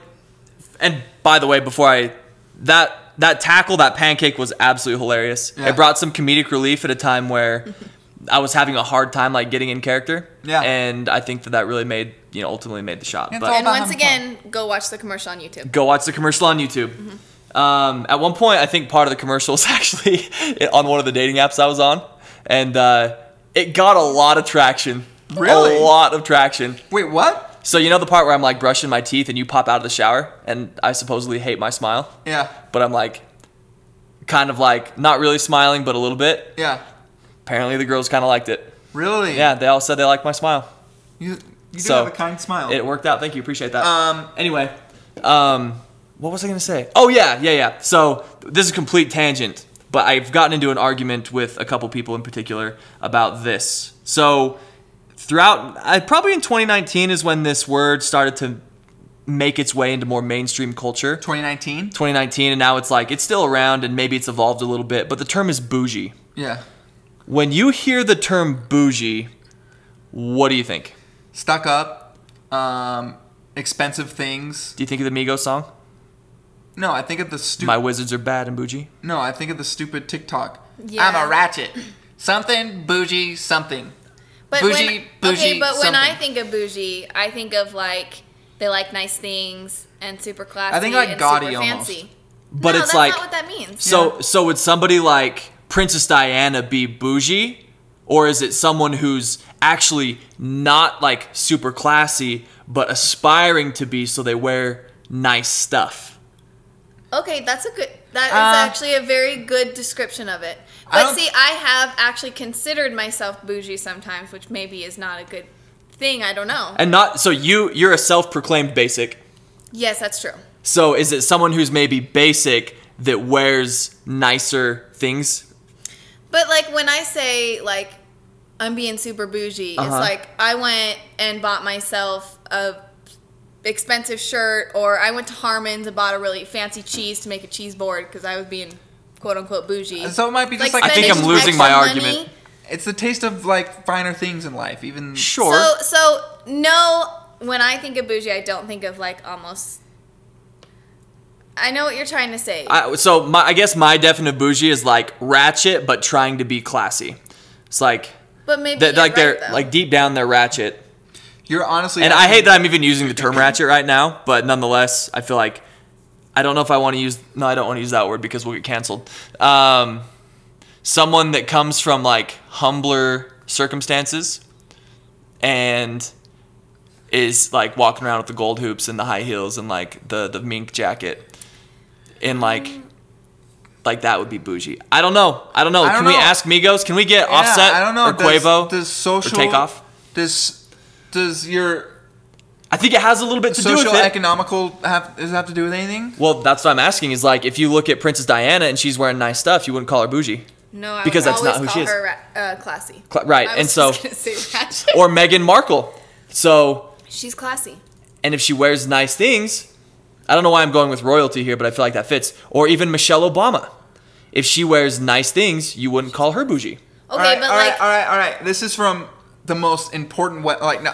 and by the way, before I that that tackle, that pancake was absolutely hilarious. Yeah. It brought some comedic relief at a time where I was having a hard time like getting in character. Yeah. and I think that that really made you know ultimately made the shot. It's but all And about once having again, go watch the commercial on YouTube. go watch the commercial on YouTube. Mm-hmm. Um, at one point, I think part of the commercial was actually on one of the dating apps I was on, and uh, it got a lot of traction. Really? a lot of traction. Wait, what? So you know the part where I'm like brushing my teeth and you pop out of the shower and I supposedly hate my smile, Yeah, but I'm like kind of like not really smiling but a little bit. yeah. Apparently the girls kind of liked it. Really? Yeah, they all said they liked my smile. You, you do So, have a kind smile. It worked out. Thank you. Appreciate that. Um, anyway, um what was I going to say? Oh yeah, yeah, yeah. So this is a complete tangent, but I've gotten into an argument with a couple people in particular about this. So throughout I probably in 2019 is when this word started to make its way into more mainstream culture. 2019? 2019 and now it's like it's still around and maybe it's evolved a little bit, but the term is bougie. Yeah. When you hear the term bougie, what do you think? Stuck up, um, expensive things. Do you think of the Migos song? No, I think of the stupid. My wizards are bad and bougie. no, I think of the stupid TikTok. Yeah. I'm a ratchet. Something bougie something. But Bougie, when, bougie okay, but when I something. think of bougie, I think of like they like nice things and super classy. I think like and gaudy super almost. fancy. But no, it's that's like not what that means. so so would somebody like Princess Diana be bougie? Or is it someone who's actually not like super classy but aspiring to be so they wear nice stuff? Okay, that's a good. That is Uh, actually a very good description of it. I But don't- see, I have actually considered myself bougie sometimes, which maybe is not a good thing. I don't know. And not so you you're a self-proclaimed basic. yes, that's true. So is it someone who's maybe basic that wears nicer things? But like when I say like I'm being super bougie, Uh-huh. it's like I went and bought myself a expensive shirt, or I went to Harmon's and bought a really fancy cheese to make a cheese board because I was being quote unquote bougie. So it might be just like, I think spending I'm losing extra my money. argument. it's the taste of like finer things in life. Even Sure. So, so no. When I think of bougie, I don't think of like almost. I know what you're trying to say. I, so my, I guess my definition of bougie is like ratchet, but trying to be classy. It's like but maybe that, you're like they're right, though. like deep down they're ratchet. you're honestly, And I hate that I'm even using the term ratchet right now, but nonetheless, I feel like I don't know if I want to use. No, I don't want to use that word because we'll get canceled. Um, someone that comes from like humbler circumstances and is like walking around with the gold hoops and the high heels and like the the mink jacket and like. Mm. Like that would be bougie. I don't know. I don't know. I don't Can we know. ask Migos? Can we get Yeah, Offset I don't know. or does- Quavo does social Takeoff? Does does your I think it has a little bit to do social with it. economical have does it have to do with anything? Well, that's what I'm asking. Is like if you look at Princess Diana and she's wearing nice stuff, you wouldn't call her bougie, no, I because would that's not always who she call Her ra- uh, classy. Cla- right? I And was so, just gonna say ratchet. or Meghan Markle. So, she's classy. and if she wears nice things, I don't know why I'm going with royalty here, but I feel like that fits. Or even Michelle Obama. If she wears nice things, you wouldn't call her bougie. Okay, all right, but all right, like all right, all right. This is from the most important, we- like, no,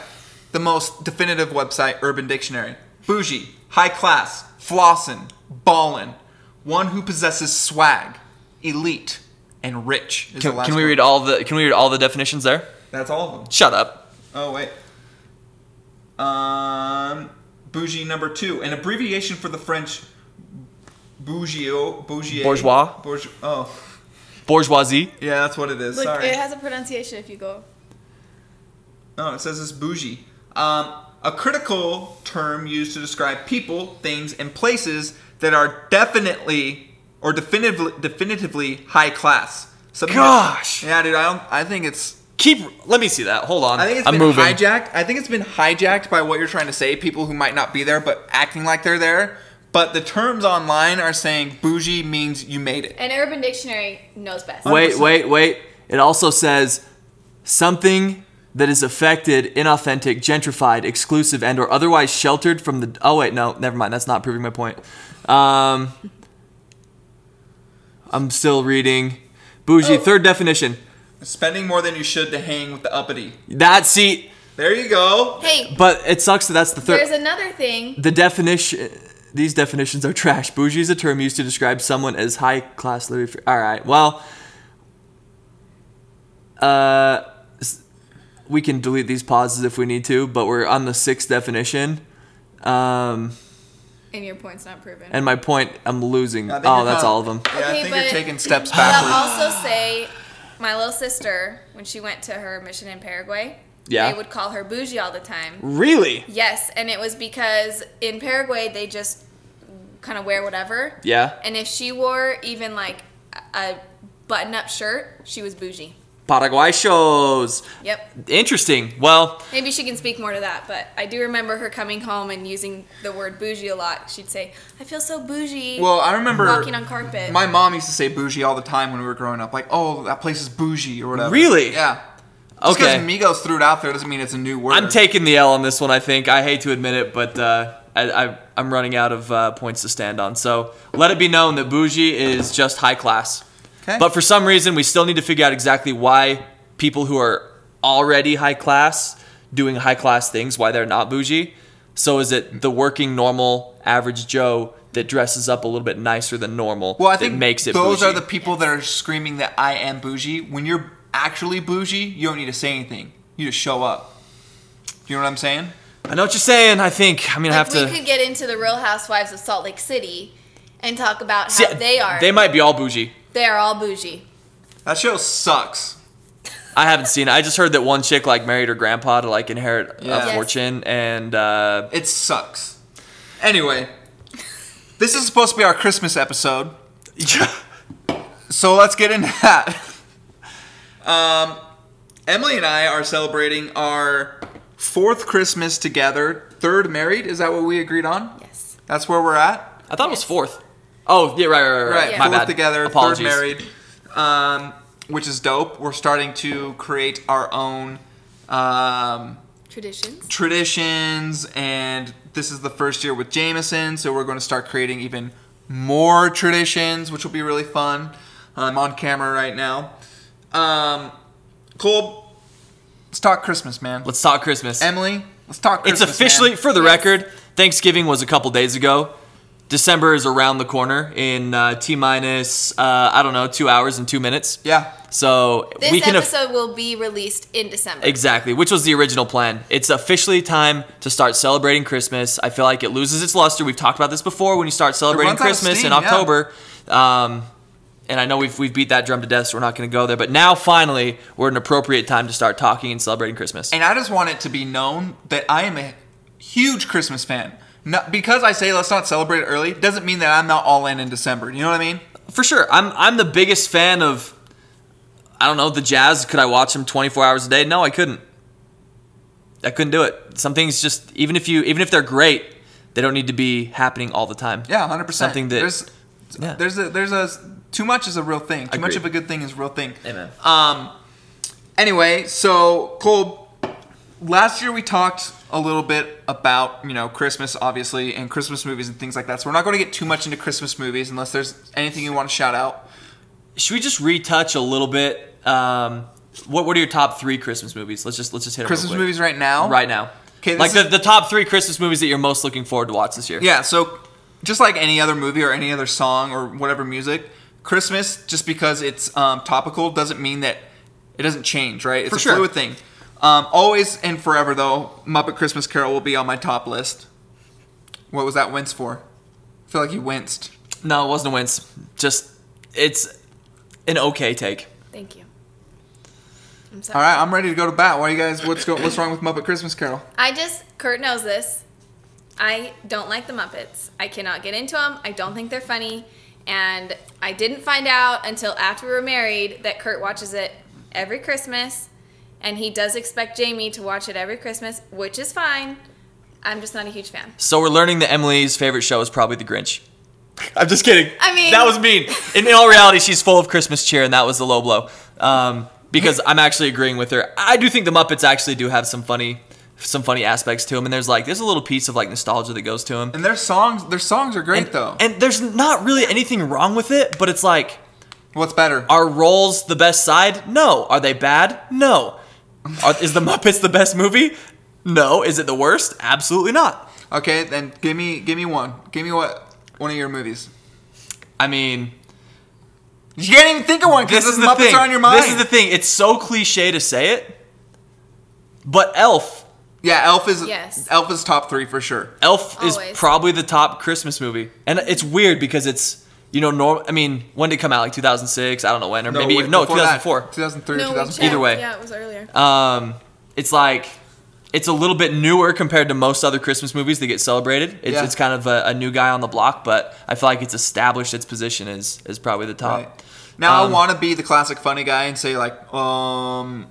the most definitive website, Urban Dictionary. Bougie, high class, flossin', ballin', one who possesses swag, elite, and rich. Is Can, the last can we one. read all the Can we read all the definitions there? That's all of them. Shut up. Oh wait. Um, bougie number two, an abbreviation for the French bourgeois, bourgeois, Bourgeois? bourgeois. Oh, Bourgeoisie. yeah, that's what it is. look, Sorry. it has a pronunciation if you go. No, it says it's bougie. Um, a critical term used to describe people, things, and places that are definitely or definitively, definitively high class. Something that- Gosh. yeah, dude. I don't. I think it's. Keep. Let me see that. Hold on. I think it's I'm been moving. hijacked. I think it's been hijacked by what you're trying to say. People who might not be there, but acting like they're there. But the terms online are saying bougie means you made it. And Urban Dictionary knows best. Wait, 100%. wait, wait. It also says something that is affected, inauthentic, gentrified, exclusive, and or otherwise sheltered from the. Oh wait, no, never mind. That's not proving my point. Um, I'm still reading. Bougie, Oh. third definition. Spending more than you should to hang with the uppity. That see, There you go. Hey, but it sucks that that's the third. there's another thing. the definition. These definitions are trash. Bougie is a term used to describe someone as high class. All right. Well, uh, s- we can delete these pauses if we need to, but we're on the sixth definition. Um, And your point's not proven. and my point, I'm losing. I think Oh, you're that's kinda- all of them. Yeah, I Okay, think you're but- taking steps I'll backwards. also say my little sister, when she went to her mission in Paraguay, Yeah. they would call her bougie all the time. Really? Yes, and it was because in Paraguay they just kind of wear whatever. Yeah. And if she wore even like a button up shirt, she was bougie. Paraguay shows. Yep. Interesting. Well, Maybe she can speak more to that, but I do remember her coming home and using the word bougie a lot. She'd say, I feel so bougie Well, I remember walking on carpet. My mom used to say bougie all the time when we were growing up. Like, oh, that place is bougie or whatever. Really? Yeah. Just because okay. Migos threw it out there doesn't mean it's a new word. I'm taking the L on this one. I think I hate to admit it, but uh, I, I, I'm running out of uh, points to stand on. So let it be known that bougie is just high class. 'Kay. But for some reason, we still need to figure out exactly why people who are already high class doing high class things why they're not bougie. So is it the working normal average Joe that dresses up a little bit nicer than normal? Well, I that think makes it those bougie? are the people that are screaming that I am bougie. When you're actually bougie, you don't need to say anything. You just show up. You know what I'm saying? I know what you're saying. I think I'm Like, gonna have to. we could get into the Real Housewives of Salt Lake City and talk about See, how they are. They might be all bougie. They are all bougie. That show sucks. I haven't seen it. I just heard that one chick like married her grandpa to like inherit Yeah. a Yes. fortune, and uh, It sucks. Anyway, this is supposed to be our Christmas episode. So let's get into that. Um, Emily and I are celebrating our fourth Christmas together, third married. Is that what we agreed on? Yes. That's where we're at. I thought it was fourth. Oh yeah, right, right, right, right. Right, My fourth bad. together, third Apologies. married, um, which is dope. We're starting to create our own um, Traditions. traditions, and this is the first year with Jameson, so we're going to start creating even more traditions, which will be really fun. I'm on camera right now. Um, Cole, let's talk Christmas, man. Let's talk Christmas. Emily, let's talk it's Christmas. officially, man. for the Yes. record, Thanksgiving was a couple days ago. December is around the corner in uh, T minus, uh, I don't know, two hours and two minutes. yeah. So This we can af- episode will be released in December. Exactly, which was the original plan. It's officially time to start celebrating Christmas. I feel like it loses its luster. We've talked about this before when you start celebrating runs out of Christmas steam, in yeah. October. Um, and I know we've, we've beat that drum to death, so we're not going to go there. But now, finally, we're at an appropriate time to start talking and celebrating Christmas. And I just want it to be known that I am a huge Christmas fan. Not, because I say let's not celebrate it early doesn't mean that I'm not all in in December. You know what I mean? For sure, I'm, I'm the biggest fan of, I don't know, the Jazz. Could I watch them 24 hours a day? No, I couldn't. I couldn't do it. Some things just, even if you, even if they're great, they don't need to be happening all the time. Yeah, hundred percent. Something that- there's Yeah. there's a there's a too much is a real thing. Too much Agreed. of a good thing is a real thing. Amen. Um. Anyway, so Cole, last year we talked a little bit about you know Christmas, obviously, and Christmas movies and things like that. So we're not going to get too much into Christmas movies unless there's anything you want to shout out. Should we just retouch a little bit? Um, what What are your top three Christmas movies? Let's just let's just hit 'em real Christmas quick. movies right now. right now. 'Kay, this like is- the, the top three Christmas movies that you're most looking forward to watch this year. Yeah, so just like any other movie or any other song or whatever music, Christmas, just because it's um, topical, doesn't mean that it doesn't change, right? It's For a sure. fluid thing. Um, always and forever, though, Muppet Christmas Carol will be on my top list. What was that wince for? I feel like you winced. No, it wasn't a wince. Just it's an okay take. Thank you. I'm sorry. All right, I'm ready to go to bat. Why you guys? What's go, What's wrong with Muppet Christmas Carol? I just, Kurt knows this. I don't like the Muppets. I cannot get into them. I don't think they're funny. And I didn't find out until after we were married that Kurt watches it every Christmas. And he does expect Jamie to watch it every Christmas, which is fine. I'm just not a huge fan. So we're learning that Emily's favorite show is probably The Grinch. I'm just kidding. I mean- that was mean. In, in all reality, she's full of Christmas cheer, and that was the low blow. Um, because I'm actually agreeing with her. I do think the Muppets actually do have some funny, some funny aspects to them, and there's like there's a little piece of like nostalgia that goes to them. And their songs, their songs are great and, though. and there's not really anything wrong with it, but it's like, What's better? are roles the best side? No. Are they bad? No. Are, is the Muppets the best movie? No. Is it the worst? Absolutely not. okay, then give me give me one. Give me what one of your movies. I mean, You can't even think of one because this the is the Muppets thing. are on your mind. This is the thing. It's so cliche to say it, but Elf, Yeah, Elf is Yes. Elf is top three for sure. Elf Always. is probably the top Christmas movie, and it's weird because it's you know norm. I mean, when did it come out? Like 2006? I don't know when, or maybe wait, even no before that, 2004. 2003 or we 2004. checked. Either way. Yeah, it was earlier. Um, it's like it's a little bit newer compared to most other Christmas movies that get celebrated. It's, Yeah. it's kind of a, a new guy on the block, but I feel like it's established its position as is probably the top. Right. Now Um, I want to be the classic funny guy and say like, um,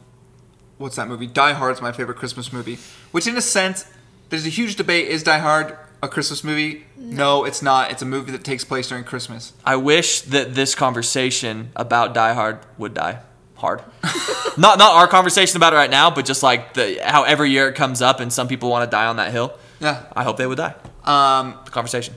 what's that movie? Die Hard's my favorite Christmas movie. Which in a sense, there's a huge debate: is Die Hard a Christmas movie? No, it's not. It's a movie that takes place during Christmas. I wish that this conversation about Die Hard would die hard. not not our conversation about it right now, but just like the how every year it comes up and some people want to die on that hill. Yeah. I hope they would die. Um, The conversation.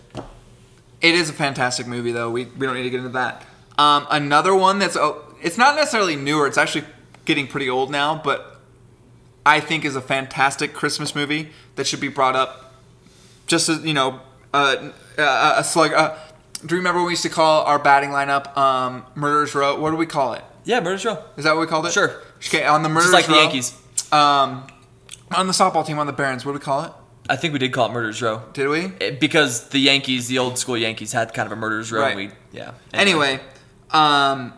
It is a fantastic movie, though. We, we don't need to get into that. Um, another one that's oh, it's not necessarily newer. It's actually getting pretty old now, but I think is a fantastic Christmas movie that should be brought up. Just as you know, uh, uh, a slug. Uh, do you remember when we used to call our batting lineup um, "Murderers Row"? What do we call it? Yeah, Murder's Row. Is that what we called it? Sure. Okay, on the Murderers Just like the Row, Yankees. Um, on the softball team, on the Barons. What do we call it? I think we did call it Murder's Row. Did we? It- Eh, because the Yankees, the old school Yankees, had kind of a murderer's row. And Right. we, yeah. Anyway, um,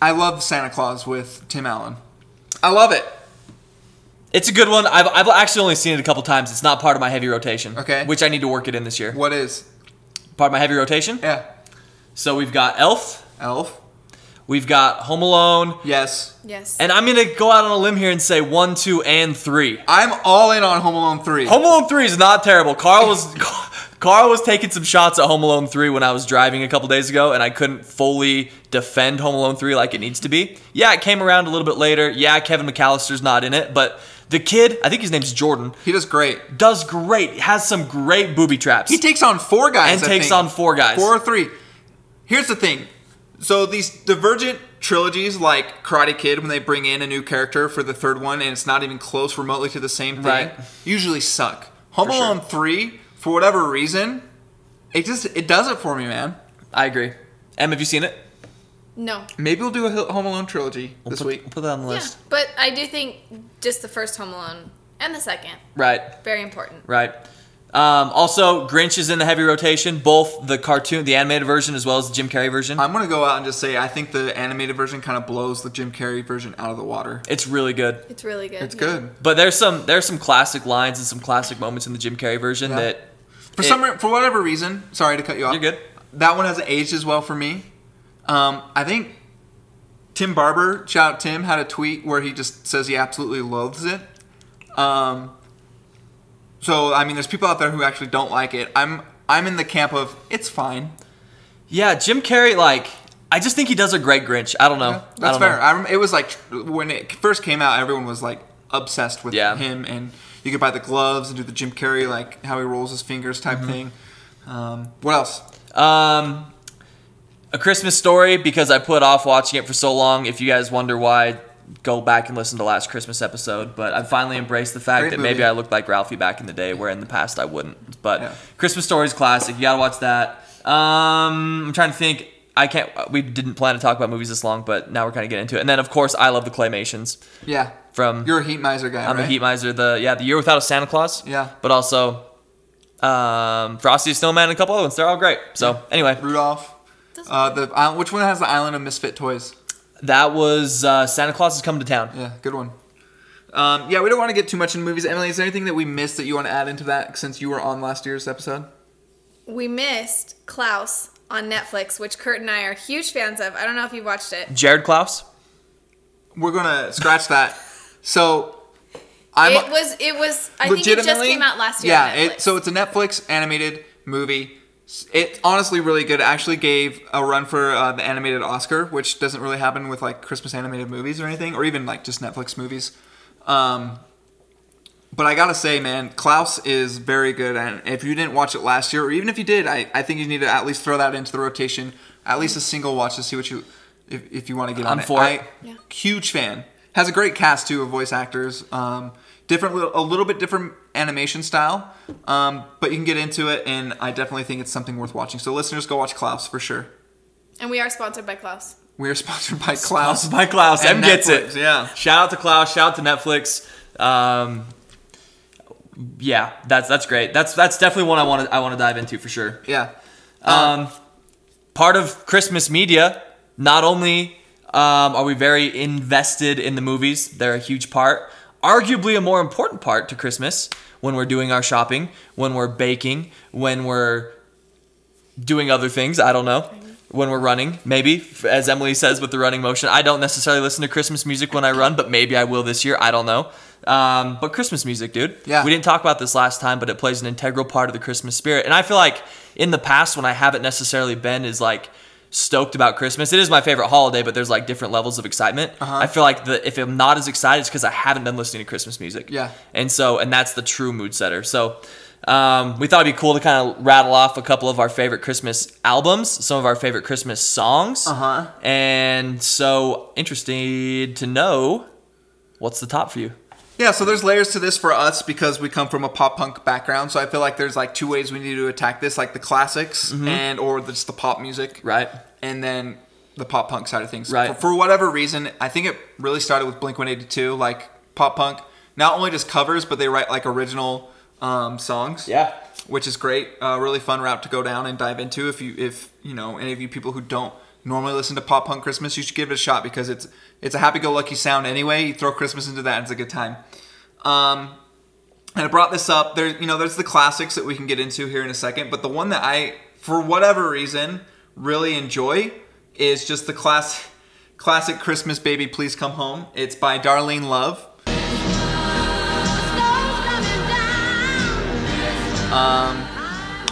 I love Santa Claus with Tim Allen. I love it. it's a good one. I've, I've actually only seen it a couple times. It's not part of my heavy rotation. Okay. Which I need to work it in this year. What is? Part of my heavy rotation. Yeah. So we've got Elf, Elf. we've got Home Alone, Yes. yes. and I'm gonna go out on a limb here and say one, two, and three. I'm all in on Home Alone 3. Home Alone three is not terrible. Carl was Carl was taking some shots at Home Alone 3 when I was driving a couple days ago, and I couldn't fully defend Home Alone 3 like it needs to be. Yeah, it came around a little bit later. Yeah, Kevin McAllister's not in it, but the kid, I think his name's Jordan, He does great. does great. Has some great booby traps. He takes on four guys And I takes think. on four guys. four or three. Here's the thing. So these divergent trilogies, like Karate Kid, when they bring in a new character for the third one, and it's not even close remotely to the same thing, Right. usually suck. Home sure. Alone three, for whatever reason, it just it does it for me, man. I agree. Em, have you seen it? No. Maybe we'll do a Hi- Home Alone trilogy We'll this put, week. we'll put that on the Yeah, list. but I do think just the first Home Alone and the second Right, very important. right. Um, also, Grinch is in the heavy rotation, both the cartoon, the animated version, as well as the Jim Carrey version. I'm gonna go out and just say I think the animated version kind of blows the Jim Carrey version out of the water. it's really good. It's really good. It's yeah. good. But there's some there's some classic lines and some classic moments in the Jim Carrey version Yeah. that For It- some re- for whatever reason, sorry to cut you off. You're good. That one hasn't aged as well for me. Um, I think Tim Barber, shout out Tim, had a tweet where he just says he absolutely loathes it. Um, so I mean, there's people out there who actually don't like it. I'm I'm in the camp of it's fine. yeah, Jim Carrey like I just think he does a great Grinch. I don't know. I That's don't fair. Know. I rem- it was like when it first came out, everyone was like obsessed with Yeah. him, and you could buy the gloves and do the Jim Carrey like how he rolls his fingers type Mm-hmm. thing. Um, what else? Um, a Christmas Story because I put off watching it for so long. If you guys wonder why, go back and listen to last Christmas episode. But I finally embraced the fact Great that movie. maybe I looked like Ralphie back in the day, where in the past I wouldn't. But Yeah. Christmas Story is classic. You gotta watch that. Um, I'm trying to think. I can't. We didn't plan to talk about movies this long, but now we're kind of getting into it. And then, of course, I love the claymations. Yeah. From You're a heat miser guy, I'm right? a heat miser. The yeah, the year without a Santa Claus. Yeah. But also, um, Frosty the Snowman and a couple other ones. They're all great. So anyway, Rudolph. Doesn't Uh, the island, which one has the island of misfit toys? that was uh, Santa Claus is coming to town. Yeah, good one. Um, yeah, we don't want to get too much in movies. Emily, is there anything that we missed that you want to add into that since you were on last year's episode? We missed Klaus on Netflix, which Kurt and I are huge fans of. I don't know if you've watched it. Jared Klaus. We're gonna scratch that. So, I'm it was it was I think it just legitimately came out last year. Yeah, on Netflix. It, so it's a Netflix animated movie. S- It's honestly really good. It actually gave a run for uh, the animated Oscar, which doesn't really happen with like Christmas animated movies or anything, or even like just Netflix movies. Um, but I gotta say, man, Klaus is very good. And if you didn't watch it last year, or even if you did, I, I think you need to at least throw that into the rotation, at least a single watch to see what you if, if you want to get on I'm for I- it. Yeah. Huge fan. Has a great cast too of voice actors. Um, different, little- a little bit different animation style, um, but you can get into it, and I definitely think it's something worth watching. So listeners, go watch Klaus for sure. and we are sponsored by Klaus. We are sponsored by Klaus. by Klaus. M and gets Netflix, it. Yeah. Shout out to Klaus. Shout out to Netflix. Um, yeah, that's that's great. That's that's definitely one I want to I want to dive into for sure. Yeah. Um, part of Christmas media, not only um, are we very invested in the movies, they're a huge part, arguably a more important part to Christmas when we're doing our shopping, when we're baking, when we're doing other things, I don't know. When we're running, maybe, f- as Emily says with the running motion. I don't necessarily listen to Christmas music when I run, but maybe I will this year. I don't know. Um, but Christmas music, dude. Yeah. We didn't talk about this last time, but it plays an integral part of the Christmas spirit. And I feel like in the past, when I haven't necessarily been as like stoked about Christmas, it is my favorite holiday, but there's like different levels of excitement. Uh-huh. I feel like the, if I'm not as excited, it's because I haven't been listening to Christmas music. Yeah. And so, and that's the true mood setter. So, um, we thought it'd be cool to kind of rattle off a couple of our favorite Christmas albums, some of our favorite Christmas songs. Uh-huh. And so, interested to know what's the top for you? Yeah, so there's layers to this for us because we come from a pop punk background. So I feel like there's like two ways we need to attack this, like the classics and or just the pop music, Right. And then the pop punk side of things, Right. For, for whatever reason, I think it really started with Blink 182, like pop punk. Not only just covers, but they write like original um, songs Yeah. which is great. Uh, really fun route to go down and dive into. If you if you know any of you people who don't normally listen to pop punk Christmas, you should give it a shot because it's it's a happy go lucky sound anyway. You throw Christmas into that, it's a good time. Um, and I brought this up. There, you know, there's the classics that we can get into here in a second, but the one that I, for whatever reason, really enjoy is just the class, classic Christmas "Baby Please Come Home." It's by Darlene Love. Um,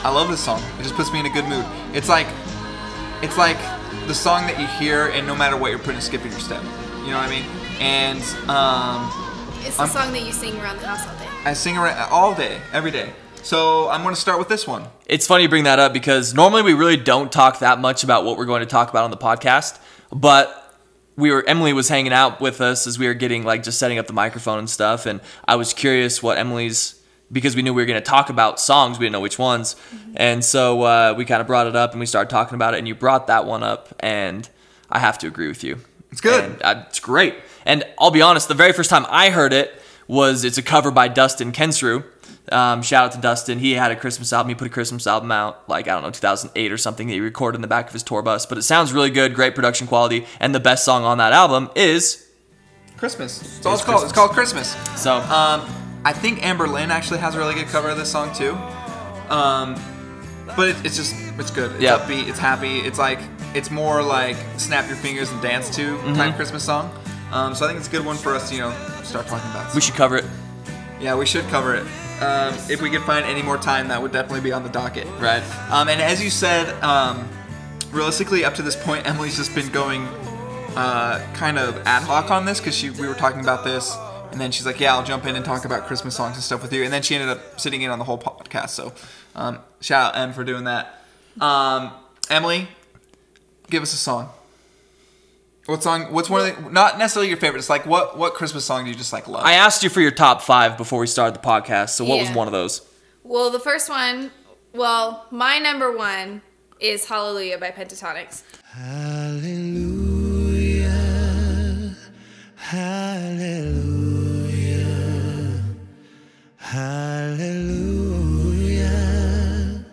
I love this song. It just puts me in a good mood. It's like, it's like the song that you hear, and no matter what you're putting, a skip in your step. You know what I mean? And um, It's the I'm- song that you sing around the house all day. I sing around all day, every day. So I'm gonna start with this one. It's funny you bring that up because normally we really don't talk that much about what we're going to talk about on the podcast, but we were Emily was hanging out with us as we were getting like just setting up the microphone and stuff, and I was curious what Emily's because we knew we were going to talk about songs, we didn't know which ones, and so uh, we kind of brought it up and we started talking about it, and you brought that one up, and I have to agree with you. It's good. And, uh, it's great. And I'll be honest, the very first time I heard it was it's a cover by Dustin Kensrew. Um, shout out to Dustin. He had a Christmas album. He put a Christmas album out, like, I don't know, 2008 or something that he recorded in the back of his tour bus. But it sounds really good, great production quality. And the best song on that album is. Christmas. It's all it's called. It's called Christmas. So, Um, I think Amber Lynn actually has a really good cover of this song too. Um, but it, it's just it's good. It's Yeah. upbeat. It's happy. It's like it's more like snap your fingers and dance to type Christmas song. Um, so I think it's a good one for us to you know start talking about. we should cover it. yeah, we should cover it. Um, if we could find any more time, that would definitely be on the docket. Right. Um, and as you said, um, realistically, up to this point, Emily's just been going uh, kind of ad hoc on this because she we were talking about this, and then she's like, "Yeah, I'll jump in and talk about Christmas songs and stuff with you," and then she ended up sitting in on the whole podcast. So, um, shout out Em for doing that. Um, Emily, give us a song. What song? What's one of the not necessarily your favorite? It's like what what Christmas song do you just like love? I asked you for your top five before we started the podcast. So, what was Yeah. one of those? Well, the first one, well, my number one is Hallelujah by Pentatonics. Hallelujah, hallelujah, hallelujah,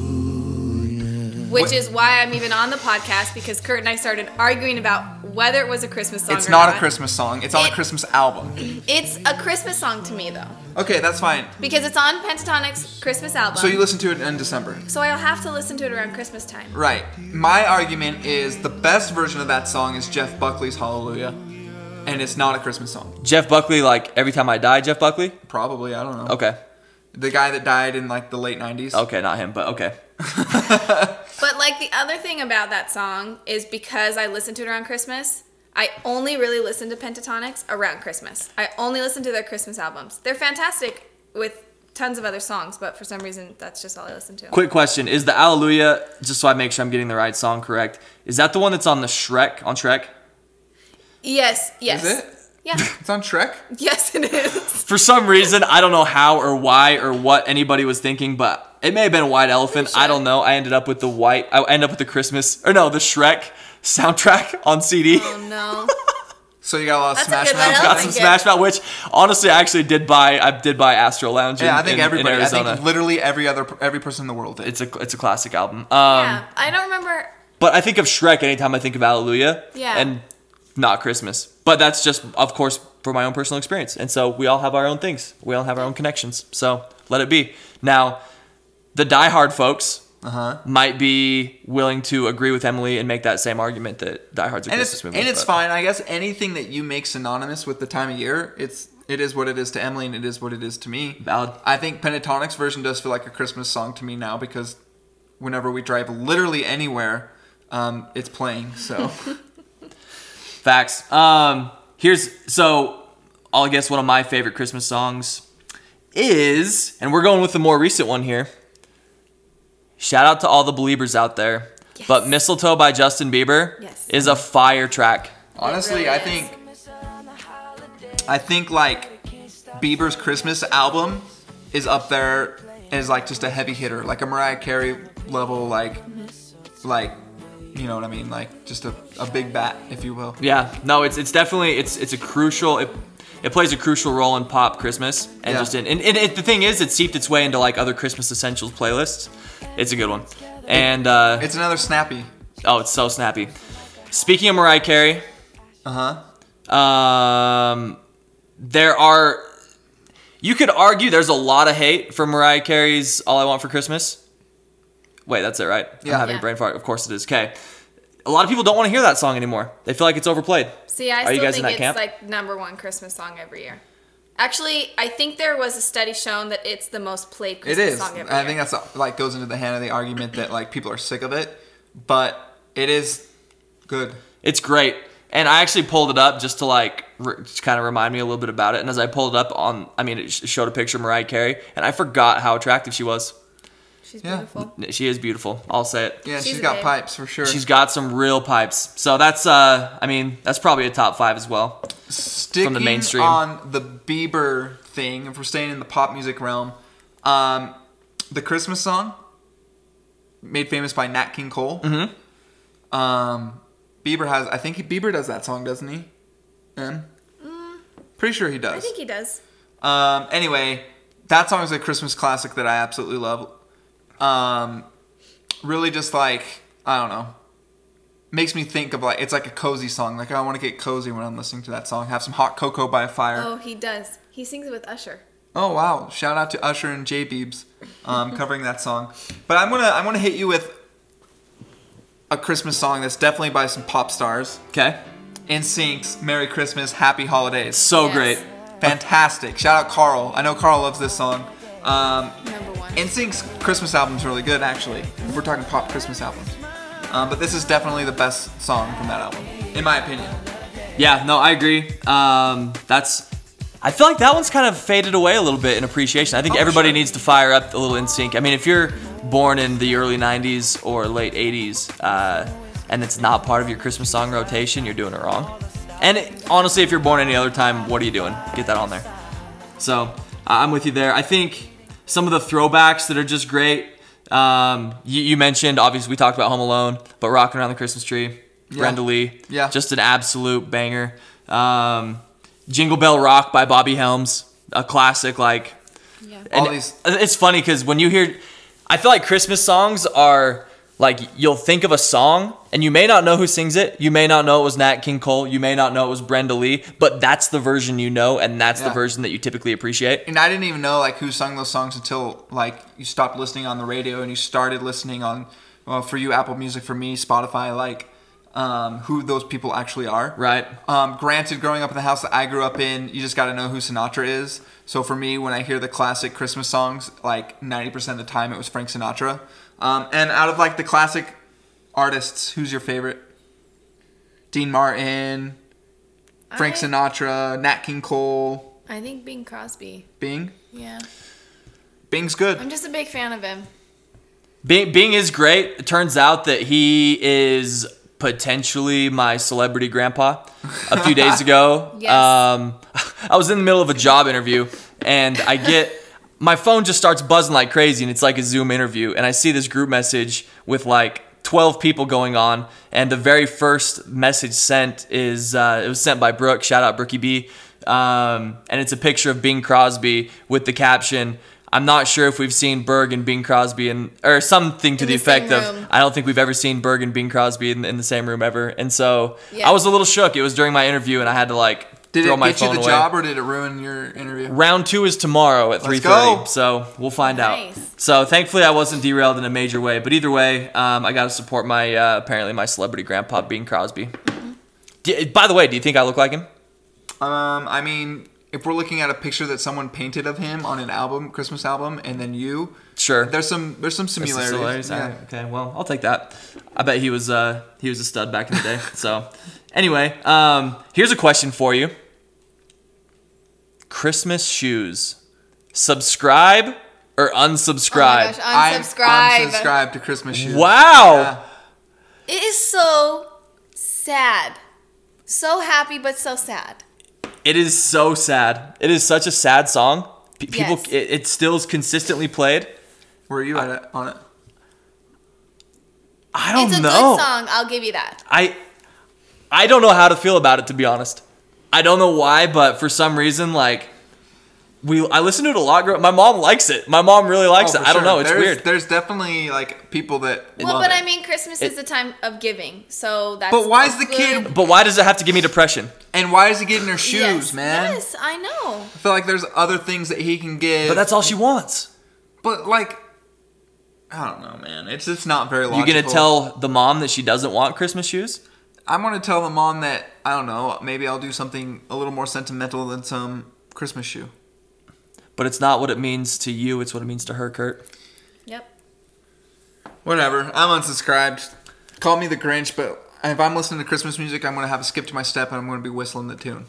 hallelujah. Which is why I'm even on the podcast because Kurt and I started arguing about whether it was a Christmas song. it's or not a Christmas song. It's on a It- Christmas album. It's a Christmas song to me though Okay, that's fine. because it's on Pentatonics Christmas album. So you listen to it in December. So I'll have to listen to it around Christmas time. Right. My argument is the best version of that song is Jeff Buckley's Hallelujah, and it's not a Christmas song. Jeff Buckley, like, Every Time I Die, Jeff Buckley? Probably, I don't know. Okay. The guy that died in like the late 90s. Okay, not him, but okay. But like the other thing about that song is because I listen to it around Christmas, I only really listen to Pentatonics around Christmas. I only listen to their Christmas albums. They're fantastic with tons of other songs, but for some reason that's just all I listen to. Quick question: Is the Alleluia? Just so I make sure I'm getting the right song correct. Is that the one that's on the Shrek on Shrek? Yes, yes. Is it? Yeah. It's on Trek? yes it is. For some reason, I don't know how or why or what anybody was thinking, but it may have been White Elephant. I don't know. I ended up with the white. I ended up with the Christmas or no, the Shrek soundtrack on CD. Oh no. So you got a lot of That's a Smash good one. I Mouth. don't Got think some it- Smash Mouth, which honestly, I actually did buy. I did buy Astro Lounge. in- Yeah, I think in- in everybody. I Arizona. think literally every other every person in the world. Did. it's a it's a classic album. Um, yeah. I don't remember But I think of Shrek anytime I think of Alleluia. Yeah. And not Christmas. But that's just, of course, for my own personal experience. And so we all have our own things. We all have our own connections. So let it be. Now, the diehard folks Uh-huh. might be willing to agree with Emily and make that same argument that diehards are And Christmas it's movie. and it's fine. I guess anything that you make synonymous with the time of year, it's it is what it is to Emily, and it is what it is to me. Valid. I think Pentatonic's version does feel like a Christmas song to me now because whenever we drive literally anywhere, um, it's playing. So Facts. Um, here's so I'll guess one of my favorite Christmas songs is, and we're going with the more recent one here. Shout out to all the believers out there. Yes. But Mistletoe by Justin Bieber Yes. is a fire track. honestly, really I is. think I think like Bieber's Christmas album is up there as like just a heavy hitter, like a Mariah Carey level, like like you know what I mean, like just a, a big bat, if you will. Yeah. No, it's it's definitely it's it's a crucial it, it plays a crucial role in pop Christmas and Yeah. just in and, and it, the thing is it seeped its way into like other Christmas essentials playlists. It's a good one. And uh, It's another snappy. oh, it's so snappy. Speaking of Mariah Carey, Uh huh. Um, there are. You could argue there's a lot of hate for Mariah Carey's "All I Want for Christmas." Wait, that's it, right? Yeah. I'm having Yeah. a brain fart. Of course it is. Okay. A lot of people don't want to hear that song anymore. They feel like it's overplayed. See, I Are you still guys in think that it's camp? like number one Christmas song every year. Actually, I think there was a study shown that it's the most played It Christmas is. song ever. I think that's like goes into the hand of the argument that like people are sick of it, but it is good. It's great. And I actually pulled it up just to like re- just kind of remind me a little bit about it. And as I pulled it up on, I mean, it sh- showed a picture of Mariah Carey, and I forgot how attractive she was. she's Yeah. beautiful. She is beautiful. I'll say it. Yeah, She's she's a got babe. pipes for sure. She's got some real pipes. So that's, uh, I mean, that's probably a top five as well. sticking from the mainstream. on the Bieber thing, if we're staying in the pop music realm, um, the Christmas song, made famous by Nat King Cole. Mm-hmm. Um, Bieber has, I think Bieber does that song, doesn't he? Em? Pretty sure he does. Mm. I think he does. Um, anyway, that song is a Christmas classic that I absolutely love. Um, really, just like I don't know, makes me think of like it's like a cozy song. Like I want to get cozy when I'm listening to that song. Have some hot cocoa by a fire. Oh, Oh, he does. He sings it with Usher. wow! Shout out to Usher and J Beebs, um, covering that song. But I'm gonna I'm gonna hit you with a Christmas song that's definitely by some pop stars. Okay. In Sync's "Merry Christmas, Happy Holidays." So Yes. great. Fantastic! Shout out Carl. I know Carl loves this song. Um, Number one. NSYNC's Christmas album's really good, actually. If we're talking pop Christmas albums. Um, but this is definitely the best song from that album, in my opinion. Yeah, no, I agree. Um, that's. I feel like that one's kind of faded away a little bit in appreciation. I think Oh, everybody sure. needs to fire up a little in sync. I mean, if you're born in the early '90s or late '80s, uh, and it's not part of your Christmas song rotation, you're doing it wrong. And it, honestly, if you're born any other time, what are you doing? Get that on there. So I- I'm with you there. I think some of the throwbacks that are just great. Um, you, you mentioned obviously we talked about Home Alone, but Rocking Around the Christmas Tree, Brenda Lee, Yeah. just an absolute banger. Um, Jingle Bell Rock by Bobby Helms, a classic. Like, Yeah. and All these- it's funny because when you hear, I feel like Christmas songs are like you'll think of a song and you may not know who sings it. You may not know it was Nat King Cole. You may not know it was Brenda Lee, but that's the version you know, and that's Yeah. the version that you typically appreciate. And I didn't even know like who sung those songs until like you stopped listening on the radio and you started listening on, well, for you Apple Music, for me Spotify, like um, who those people actually are. Right. Um, granted, growing up in the house that I grew up in, you just got to know who Sinatra is. So for me, when I hear the classic Christmas songs, like 90% of the time it was Frank Sinatra. Um, and out of like the classic artists, who's your favorite? Dean Martin, Frank I- Sinatra, Nat King Cole, I think Bing Crosby. Bing. Yeah. Bing's good. I'm just a big fan of him. Oh Bing, Bing is great. It turns out that he is potentially my celebrity grandpa. A few days ago, Yes. um, I was in the middle of a job interview, and I get my phone just starts buzzing like crazy, and it's like a Zoom interview, and I see this group message with like. 12 people going on and the very first message sent is uh, it was sent by brooke shout out brookie b um, and it's a picture of bing crosby with the caption i'm not sure if we've seen berg and bing crosby and or something to In the, the same effect of room. I don't think we've ever seen Berg and Bing Crosby in, in the same room ever. And so Yeah. I was a little shook. It was during my interview, and I had to like did throw it my get you phone the away. job or did it ruin your interview? Round two is tomorrow at three go. thirty, so we'll find Nice. out. So thankfully, I wasn't derailed in a major way. But either way, um, I got to support my uh, apparently my celebrity grandpa Bing Crosby. Mm-hmm. D- by the way, do you think I look like him? Um, I mean, if we're looking at a picture that someone painted of him on an album, Christmas album, and then you, Sure. there's some there's some There's some similarities. similarities? Yeah. Alright, okay, well, I'll take that. I bet he was uh, he was a stud back in the day. so, anyway, um, here's a question for you: Christmas shoes, subscribe or unsubscribe? Oh my gosh, unsubscribe. I'm unsubscribed to Christmas shoes. wow, Yeah. It is so sad. So happy, but so sad. it is so sad. It is such a sad song. P- people, Yes. it, it still is consistently played. Were you at it, on it? I don't it's a know. good song. I'll give you that. I I don't know how to feel about it to be honest. I don't know why, but for some reason, like we I listen to it a lot. grow- My mom likes it. My mom really likes Oh, it. for I don't sure. know. It's there's, weird. There's definitely like people that well, love but it. I mean, Christmas is It- the time of giving, so that's. But why is a the kid- good- But why does it have to give me depression? and why is he getting her shoes, Yes, man? Yes, I know. I feel like there's other things that he can give. But that's all she wants. But like, I don't know, man. It's just not very You logical. gonna tell the mom that she doesn't want Christmas shoes? I'm gonna tell the mom that I don't know. Maybe I'll do something a little more sentimental than some Christmas shoe. But it's not what it means to you, it's what it means to her, Kurt. Yep. Whatever. I'm unsubscribed. Call me the Grinch, but if I'm listening to Christmas music, I'm gonna have a skip to my step and I'm gonna be whistling the tune.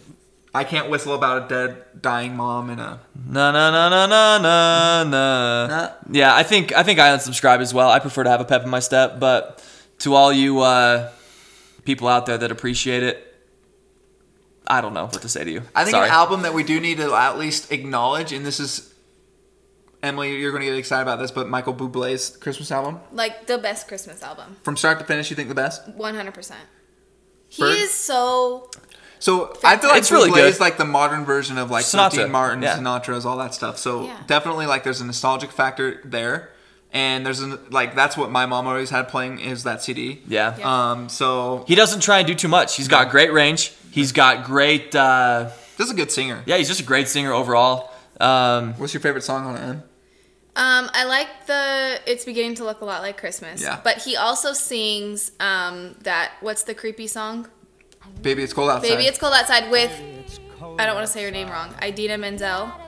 I can't whistle about a dead, dying mom and a. Na na na na na na na. Yeah, I think I think I unsubscribe as well. I prefer to have a pep in my step, but to all you uh, people out there that appreciate it, I don't know what to say to you. I think Sorry. an album that we do need to at least acknowledge, and this is Emily, you're gonna get excited about this, but Michael Bublé's Christmas album Like the best Christmas album. from start to finish, you think the best? 100%. He Bird? is so So I feel like It's really Bublé good. is like the modern version of like Sinatra, Dean Martin, yeah. Sinatra's, all that stuff. So Yeah. definitely like there's a nostalgic factor there, and there's an like that's what my mom always had playing is that CD. Yeah. Yeah. Um. So He doesn't try and do too much. He's got great range. He's got great. Uh, this is a good singer. yeah, he's just a great singer overall. Um, What's your favorite song on it? Em? Um, I like the it's beginning to look a lot like Christmas. Yeah. But he also sings um that what's the creepy song? Baby, it's cold outside. Baby It's Cold Outside with I don't want to say her name wrong. Idina Menzel. I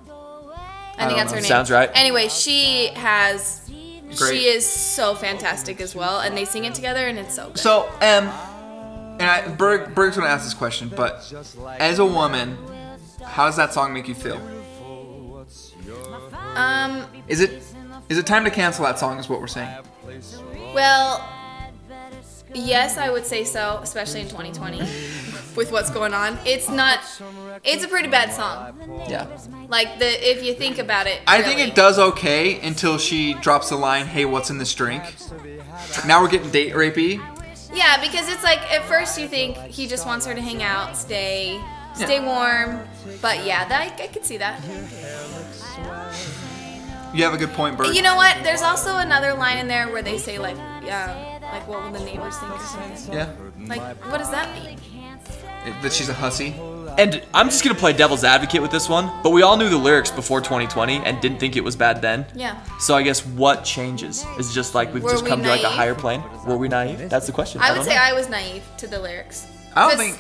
don't think that's know. her name. Sounds right. Anyway, she has Great. she is so fantastic as well and they sing it together and it's so good. So um, and I, Berg Berg's gonna ask this question, but as a woman, how does that song make you feel? um Is it is it time to cancel that song? Is what we're saying. well yes, I would say so, especially in 2020 with what's going on. It's not it's a pretty bad song. Yeah. Like the if you think about it, I think really. it does okay until she drops the line, "Hey, what's in this drink?" Now we're getting date rapey. Yeah, because it's like at first you think he just wants her to hang out, stay, stay warm. But yeah, that, I, I could see that. You have a good point, Berg. You know what? There's also another line in there where they say like, yeah, like what will the neighbors think or something? yeah. Like, what does that mean? It- that she's a hussy. And I'm just gonna play devil's advocate with this one, but we all knew the lyrics before 2020 and didn't think it was bad then. Yeah. So I guess what changes? It's just like we've Were just we come to like a naive? higher plane. Were we naive? That's the question. I don't would say know. I was naive to the lyrics. I don't 'Cause- think.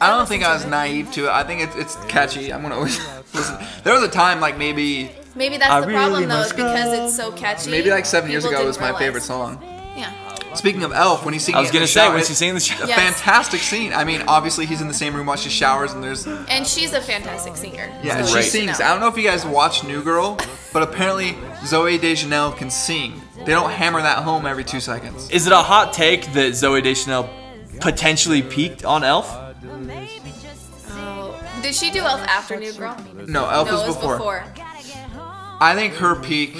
I don't listen think to I was it. naive to it. I think it's it's catchy. I'm gonna always listen. There was a time like maybe Maybe that's I the really problem though, must is because it's so catchy. maybe like seven years people ago it was my didn't favorite realize. song. Yeah. Speaking of Elf, when he's singing, I was it in gonna the say shower, when it- she's singing the show. Yeah. Yes. fantastic scene. I mean, obviously he's in the same room while she showers, and there's And she's a fantastic singer. Yeah, and so she you Great. sings. know. I don't know if you guys watch New Girl, but apparently Zoe Deschanel can sing. They don't hammer that home every two seconds. Is it a hot take that Zoe Deschanel potentially peaked on Elf? Oh. Did she do Elf after New Girl? No, Elf no, is it was before. before. I think her peak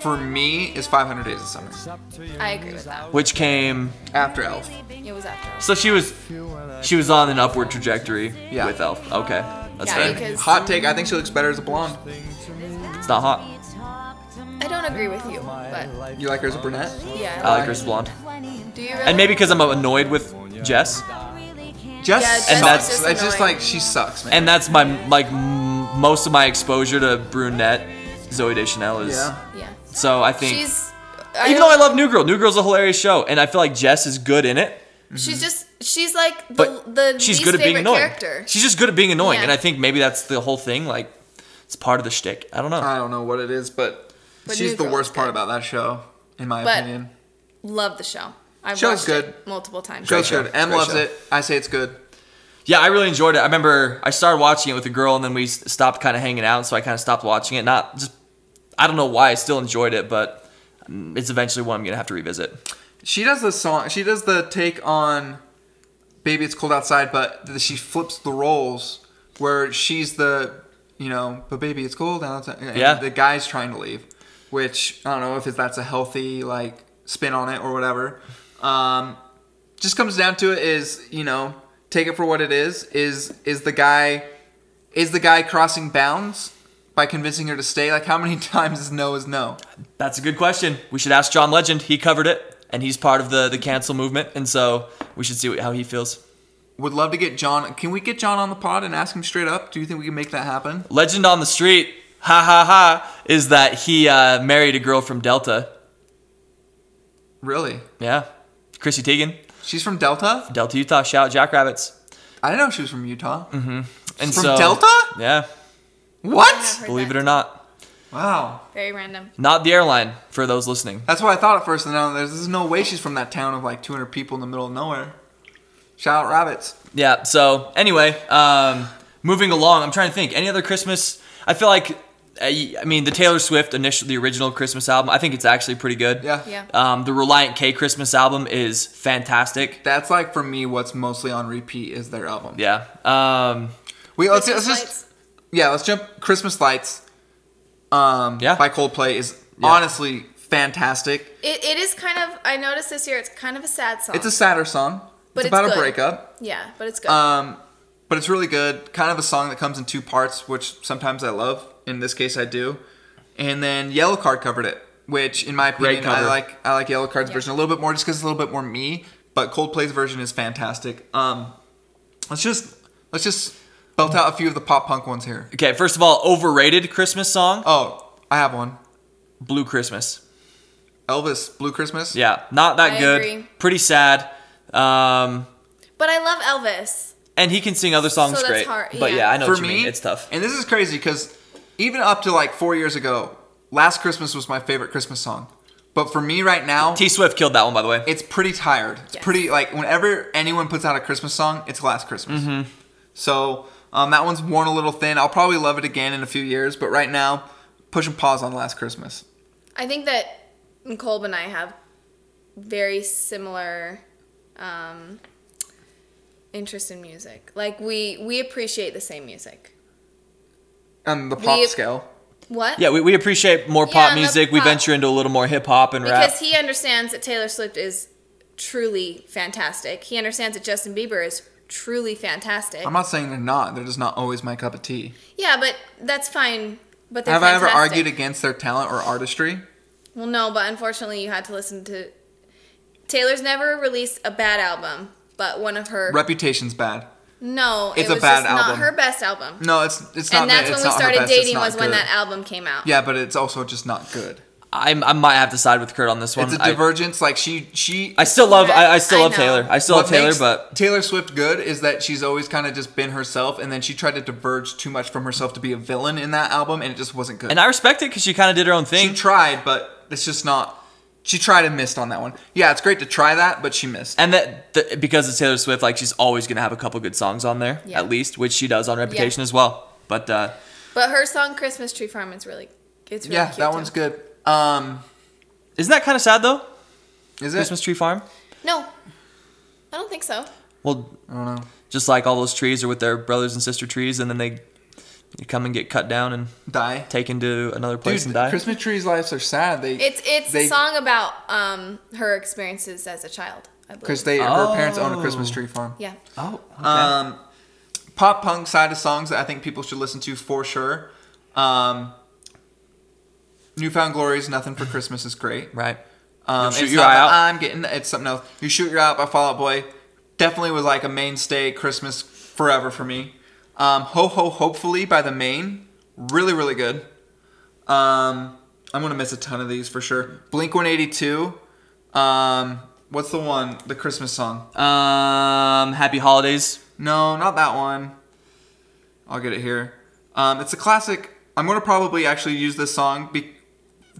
for me is 500 Days of Summer I agree with that. Which came after Elf. It was after. so she was she was on an upward trajectory Yeah. with Elf. Okay. That's Yeah, fair. because- Hot take. I think she looks better as a blonde. It's not hot. I don't agree with you, but You like her as a brunette? I yeah. like her as blonde. Do you really? Uh, And maybe because I'm annoyed with Jess. Jess Yeah, sucks. Jess is it's just just, annoying. like she sucks, man. and that's my like m- most of my exposure to brunette Zoe Deschanel is. yeah. Yeah. So I think She's. even though I love New Girl, New Girl's a hilarious show, and I feel like Jess is good in it, She's just. She's like the but the she's least good at being favorite annoying. character. She's just good at being annoying, Yeah. and I think maybe that's the whole thing. Like it's part of the shtick. I don't know. I don't know what it is, but, But she's New the Girl worst is part good. about that show, in my But- opinion. Love the show. I've Show's watched good. it multiple times. Show's show. good. Em Great loves show. it. I say it's good. yeah, I really enjoyed it. I remember I started watching it with a girl, and then we s- stopped kind of hanging out, so I kind of stopped watching it. Not just I don't know why I still enjoyed it, but mm, it's eventually one I'm gonna have to revisit. She does the song. She does the take on "Baby It's Cold Outside," but th- she flips the roles where she's the you know, but baby it's cold outside. and Yeah. the guy's trying to leave, which I don't know if it's, that's a healthy like spin on it or whatever. Um, just comes down to it is you know take it for what it is. Is is the guy is the guy crossing bounds by convincing her to stay? Like how many times is no is no? That's a good question. We should ask John Legend. He covered it, and he's part of the the cancel movement, and so we should see what, how he feels. Would love to get John. Can we get John on the pod and ask him straight up? Do you think we can make that happen? Legend on the street, ha ha ha, is that he uh, married a girl from Delta. Really? Yeah, Chrissy Teigen, She's from Delta? Delta Utah. Shout out Jackrabbits. I didn't know she was from Utah. And From Mm-hmm. so, Delta? Yeah, I've What? heard believe it that. or not, Wow. Very random. not the airline for those listening. That's what I thought at first, and now there's, there's no way she's from that town of like 200 people in the middle of nowhere. Shout out rabbits. Yeah. So anyway, um, moving along, I'm trying to think. Any other Christmas? I feel like, I, I mean, the Taylor Swift initial, the original Christmas album. I think it's actually pretty good. Yeah. Yeah. Um, the Reliant K Christmas album is fantastic. That's like for me, what's mostly on repeat is their album. Yeah. Um, We let's, let's Christmas just lights. yeah, let's jump. Christmas Lights, um, Yeah. by Coldplay is Yeah. honestly fantastic. It, it is kind of. I noticed this year. It's kind of a sad song. It's a sadder song. it's But it's about a good. breakup. yeah, but it's good. Uh, Um, but it's really good. Kind of a song that comes in two parts, which sometimes I love. In this case, I do. And then Yellow Card covered it, which in my Great opinion, I cover. like. I like Yellow Card's Yeah. version a little bit more, just because it's a little bit more me. But Coldplay's version is fantastic. Um, let's just let's just belt out a few of the pop punk ones here. okay. First of all, overrated Christmas song, Oh, I have one. Blue Christmas. Elvis, Blue Christmas. Yeah, not that I good. agree. Pretty sad. Um, but I love Elvis. and he can sing other songs that's great. hard, But yeah. yeah, I know for what you me, mean. It's tough. And this is crazy because even up to like four years ago, Last Christmas was my favorite Christmas song. But for me right now, T Swift killed that one, by the way. it's pretty tired. It's Yes. pretty like whenever anyone puts out a Christmas song, it's Last Christmas. So um, that one's worn a little thin. I'll probably love it again in a few years, but right now, push and pause on Last Christmas. I think that Colb and I have very similar um, interest in music. Like we we appreciate the same music. On the pop We- scale, What? Yeah, we, we appreciate more Yeah, pop I love music. We pop. venture into a little more hip hop and rap. Because he understands that Taylor Swift is truly fantastic. He understands that Justin Bieber is truly fantastic. I'm not saying they're not. They're just not always my cup of tea. yeah, but that's fine. But they're have fantastic. I ever argued against their talent or artistry? Well, no, but unfortunately, you had to listen to. Taylor's never released a bad album, but one of her. Reputation's bad. no, It's it a was bad just album. not her best album. No, it's it's not. and that's that- it's when we not her started best, it's dating not was when good. that album came out. Yeah, but it's also just not good. I'm, I might have to side with Kurt on this one. It's a I- divergence. like she she. I, still love I, I still I love know. Taylor. I still what love Taylor, makes but Taylor Swift good is that she's always kind of just been herself, and then she tried to diverge too much from herself to be a villain in that album, and it just wasn't good. and I respect it because she kind of did her own she thing. tried, but it's just not. She tried and missed on that one. Yeah, it's great to try that, but she missed. and that the, because it's Taylor Swift, like she's always gonna have a couple good songs on there, Yeah. at least, which she does on Reputation as well. But uh, But her song "Christmas Tree Farm" is really, it's really yeah, cute that too. one's good. Um, isn't that kind of sad though? is it? Christmas Tree Farm. No, I don't think so. Well, I don't know. just like all those trees are with their brothers and sister trees, and then they you come and get cut down and Die. taken to another place Dude, and die. Christmas trees' lives are sad. They It's it's They- a song about um her experiences as a child. I believe. because they her parents own a Christmas Oh. tree farm. yeah, oh, okay. Um, pop punk side of songs that I think people should listen to for sure. Um, Newfound Glory's "Nothing for Christmas" is great. right. Um, Shoot it's Your not Eye that Out. I'm getting it's something else. You shoot your eye out by Fall Out Boy. Definitely was like a mainstay Christmas forever for me. Um, Ho Ho Hopefully by the Main, really really good. Um, I'm gonna miss a ton of these for sure. Blink 182. Um, what's the one? The Christmas song? Um, Happy Holidays. No, not that one. I'll get it here. Um, it's a classic. I'm gonna probably actually use this song be-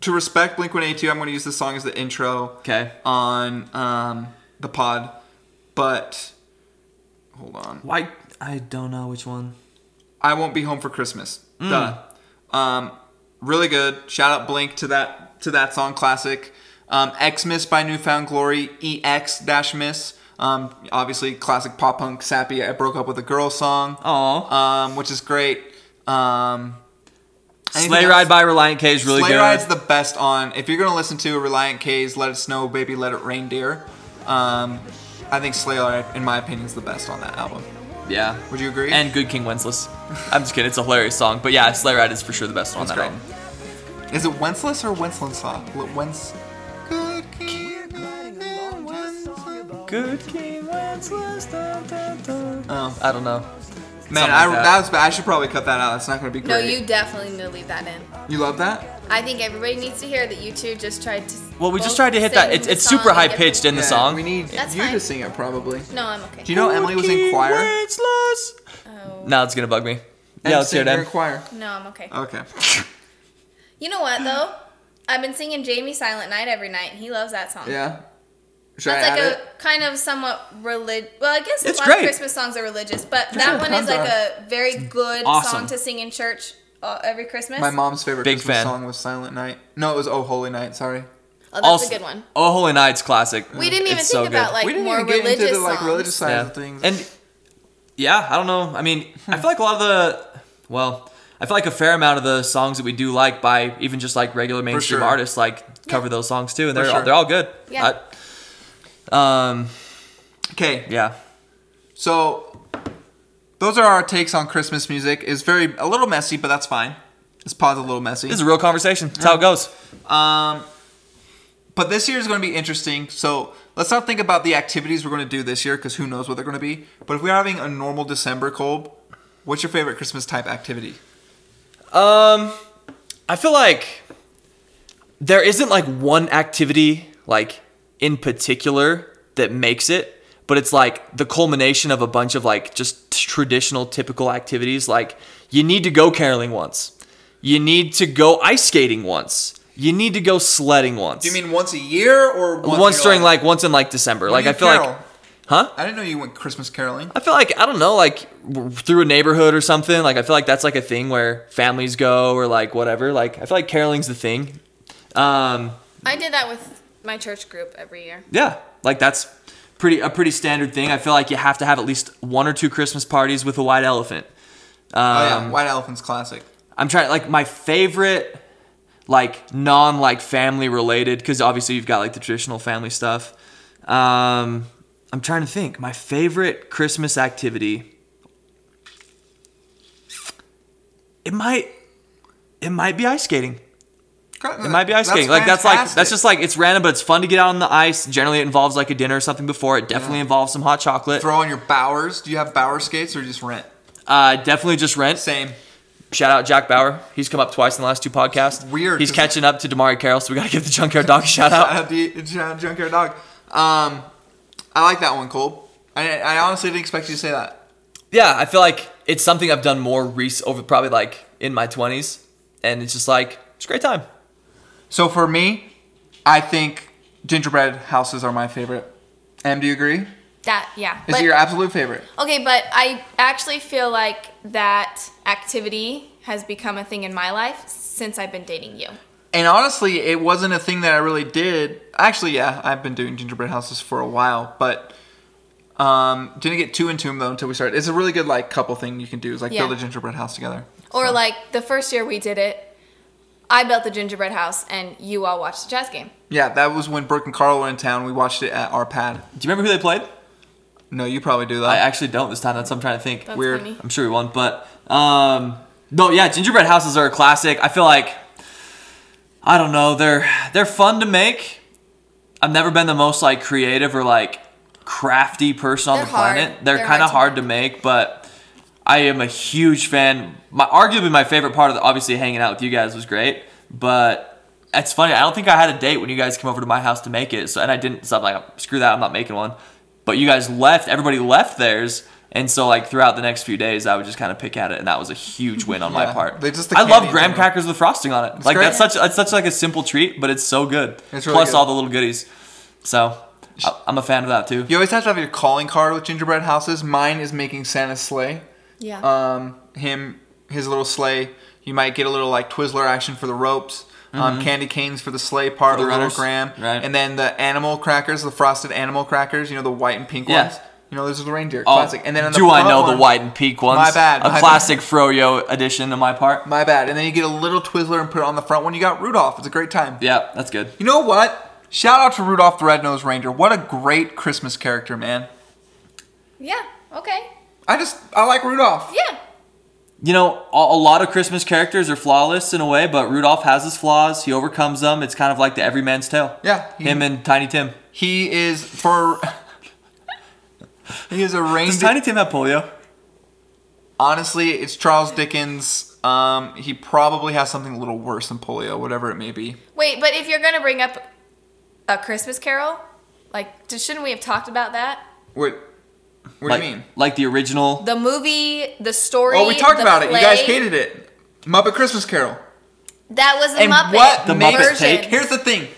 to respect Blink 182. I'm gonna use this song as the intro Okay. on um, the pod, but hold on. Why? I don't know which one. I won't be home for Christmas. Duh. Um, really good. Shout out Blink to that to that song classic. Um, Xmas by Newfound Glory. Ex dash miss. Um, obviously classic pop punk sappy. I broke up with a girl song. Oh. Um, which is great. Um, anything Sleigh else? Ride by Reliant K is really Sleigh good. Ride's the best on. If you're gonna listen to Reliant K's "Let It Snow, Baby, Let It Rain, Dear," um, I think Sleigh Ride, in my opinion, is the best on that album. yeah. Would you agree? And Good King Wenceslas. I'm just kidding. It's a hilarious song, but yeah, Sleigh Ride is for sure the best one on That's that great. album. Is it Wenceslas or Wenceslaw? L- Wens. Good King Wenceslas. Good King Wenceslas. Oh I don't know. man, Something I, like that. that was bad. I should probably cut that out. That's not gonna be great. no, you definitely need to leave that in. You love that? I think everybody needs to hear that you two just tried to. Well, we just both tried to hit sing that. It's, the it's song super and high get- pitched in the Yeah, song. We need That's you to fine. sing it probably. No, I'm okay. Do you know Emily was in choir? Wenceslas. Oh. Now it's gonna bug me. yeah, let's hear sing it. Em. your choir. No, I'm okay. Okay. You know what though? I've been singing Jamie Silent Night every night. He loves that song. Yeah. Should That's I like add a it? kind of somewhat religious. Well, I guess It's a lot great. of Christmas songs are religious, but that sure, one is tons like are. a very good awesome. song to sing in church uh, every Christmas. My mom's favorite Big Christmas fan. song was Silent Night. No, it was Oh Holy Night. Sorry. oh, that's Also- a good Mm, one. Oh, Holy Night's classic. We didn't even It's so think good. about like we didn't more even get religious into the like songs. religious side of things. And yeah, I don't know. I mean, I feel like a lot of the well, I feel like a fair amount of the songs that we do like by even just like regular mainstream sure. artists like cover those songs too, and For they're all, sure. they're all good. Yeah. I- um. okay, Yeah. So those are our takes on Christmas music. It's very a little messy, but that's fine. This pod's a little messy. This is a real conversation. That's how it goes. Um, but this year is going to be interesting. So let's not think about the activities we're going to do this year because who knows what they're going to be. But if we're having a normal December, Kolb, what's your favorite Christmas type activity? Um, I feel like there isn't like one activity like in particular that makes it, but it's like the culmination of a bunch of like just traditional typical activities. Like you need to go caroling once, you need to go ice skating once, you need to go sledding once. Do you mean once a year or once, once, during like once in like December? Like I feel like, huh? I didn't know you went Christmas caroling. I feel like I don't know, like w- through a neighborhood or something. Like I feel like that's like a thing where families go or like whatever. Like I feel like caroling's the thing. Um, I did that with my church group every year. yeah, like that's pretty a pretty standard thing. I feel like you have to have at least one or two Christmas parties with a white elephant. Um, oh yeah, White Elephant's classic. I'm trying like my favorite like non like family related cuz obviously you've got like the traditional family stuff. Um I'm trying to think my favorite Christmas activity. It might it might be ice skating. It might be ice skating. Like that's like that's just like it's random but it's fun to get out on the ice. Generally it involves like a dinner or something before. It definitely Yeah. involves some hot chocolate. throw on your Bowers. Do you have Bower skates or just rent? Uh definitely just rent. Same. Shout out Jack Bauer. He's come up twice in the last two podcasts. Weird, He's 'cause- catching up to Damari Carroll, so we gotta give the Junkyard Dog a shout Shout out. out to shout out Junkyard Dog. Um, I like that one, Cole. I, I honestly didn't expect you to say that. Yeah, I feel like it's something I've done more rec- over probably like in my twenties, and it's just like it's a great time. So for me, I think gingerbread houses are my favorite. Em, do you agree? Is That yeah. it your absolute favorite? Okay, but I actually feel like that activity has become a thing in my life since I've been dating you. And honestly, it wasn't a thing that I really did. Actually, yeah, I've been doing gingerbread houses for a while, but um, didn't get too into them though until we started. It's a really good like couple thing you can do is like Yeah. build a gingerbread house together. Or So- like the first year we did it, I built the gingerbread house and you all watched the jazz game. yeah, that was when Brooke and Carl were in town. We watched it at our pad. Do you remember who they played? No, you probably do that. I actually don't this time. That's what I'm trying to think. That's Weird. funny. I'm sure we won, but um, no, yeah, gingerbread houses are a classic. I feel like I don't know, they're they're fun to make. I've never been the most like creative or like crafty person on They're the hard. planet. They're, They're kind of hard hard to to make, but I am a huge fan. My arguably my favorite part of the, obviously hanging out with you guys was great, but it's funny. I don't think I had a date when you guys came over to my house to make it. So and I didn't. So I'm like, screw that. I'm not making one. But you guys left. Everybody left theirs. And so, like throughout the next few days, I would just kind of pick at it, and that was a huge win on my Yeah. part. They just- the I love candy in graham general. crackers with frosting on it. like great. that's such that's such like a simple treat, but it's so good. It's really Plus good. all the little goodies. So I, I'm a fan of that too. you always have to have your calling card with gingerbread houses. Mine is making Santa's sleigh. Yeah. um, him his little sleigh. You might get a little like Twizzler action for the ropes, um, candy canes for the sleigh part, Mm-hmm. For the with little runners. Graham, Right. and then the animal crackers, the frosted animal crackers. You know the white and pink Yeah. ones. You know those are the reindeer Oh, classic. And then on the do I front know one- the white and peak ones? My bad, A my classic froyo edition on my part. My bad. And then you get a little Twizzler and put it on the front one. You got Rudolph. It's a great time. Yeah, that's good. You know what? Shout out to Rudolph the Red-Nosed Reindeer. What a great Christmas character, man. yeah. Okay. I just I like Rudolph. Yeah. You know, a, a lot of Christmas characters are flawless in a way, but Rudolph has his flaws. He overcomes them. It's kind of like the Everyman's Tale. Yeah, he- him and Tiny Tim. He is for He is a Does reindeer. Tiny Tim have polio? honestly, it's Charles Dickens. Um, he probably has something a little worse than polio, whatever it may be. Wait, but if you're gonna bring up a Christmas Carol, like, just, shouldn't we have talked about that? Wait, What like, do you mean? Like the original. The movie, the story. Oh, we talked the about it. You guys play, hated it. Muppet Christmas Carol. That was the And Muppet. what The made- Muppet version. take? Here's the thing.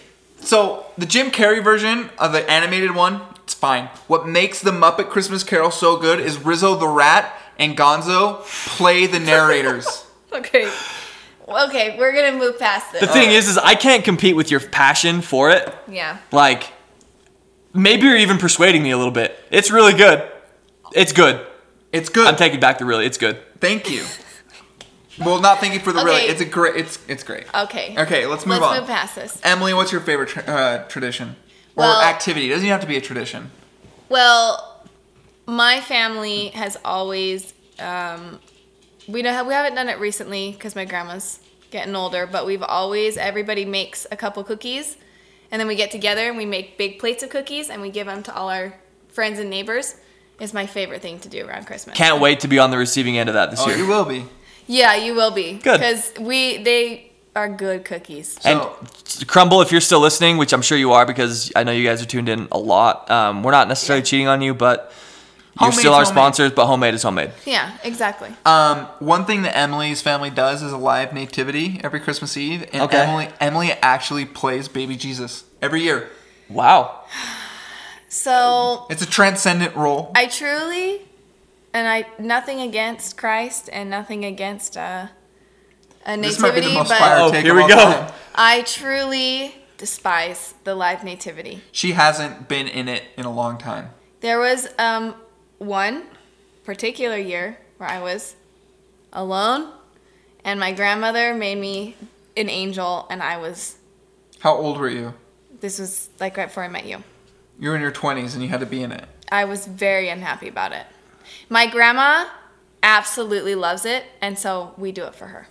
So the Jim Carrey version of the animated one, it's fine. What makes the Muppet Christmas Carol so good is Rizzo the Rat and Gonzo play the narrators. Okay. Okay, we're gonna move past this. Oh. The thing is, is I can't compete with your passion for it. yeah. Like, maybe you're even persuading me a little bit. It's really good. It's good. It's good. I'm taking back the really. It's good. thank you. Well, not thank you for the really. Okay. It's a great. It's it's great. Okay. Okay, let's move Let's on. move past this. Emily, what's your favorite tra- uh, tradition or Well- activity? It doesn't even have to be a tradition. Well, my family has always um, we know we haven't done it recently because my grandma's getting older, but we've always everybody makes a couple cookies, and then we get together and we make big plates of cookies and we give them to all our friends and neighbors. Is my favorite thing to do around Christmas. Can't wait to be on the receiving end of that this Oh, year. you will be. yeah, you will be Good. because we they are good cookies. And So- Crumble, if you're still listening, which I'm sure you are because I know you guys are tuned in a lot, um, we're not necessarily cheating on you, but you're Homemade's still our homemade. sponsors, but homemade is homemade. Yeah, exactly. Um, one thing that Emily's family does is a live nativity every Christmas Eve, and Okay. Emily Emily actually plays baby Jesus every year. Wow. So It's a transcendent role. I truly, and I nothing against Christ and nothing against uh, a this might be nativity, the most fire but Oh, take here of we all go. time. I truly despise the live nativity. She hasn't been in it in a long time. There was um, one particular year where I was alone, and my grandmother made me an angel, and I was. How old were you? This was like right before I met you. You were in your twenties and you had to be in it. I was very unhappy about it. My grandma absolutely loves it, and so we do it for her,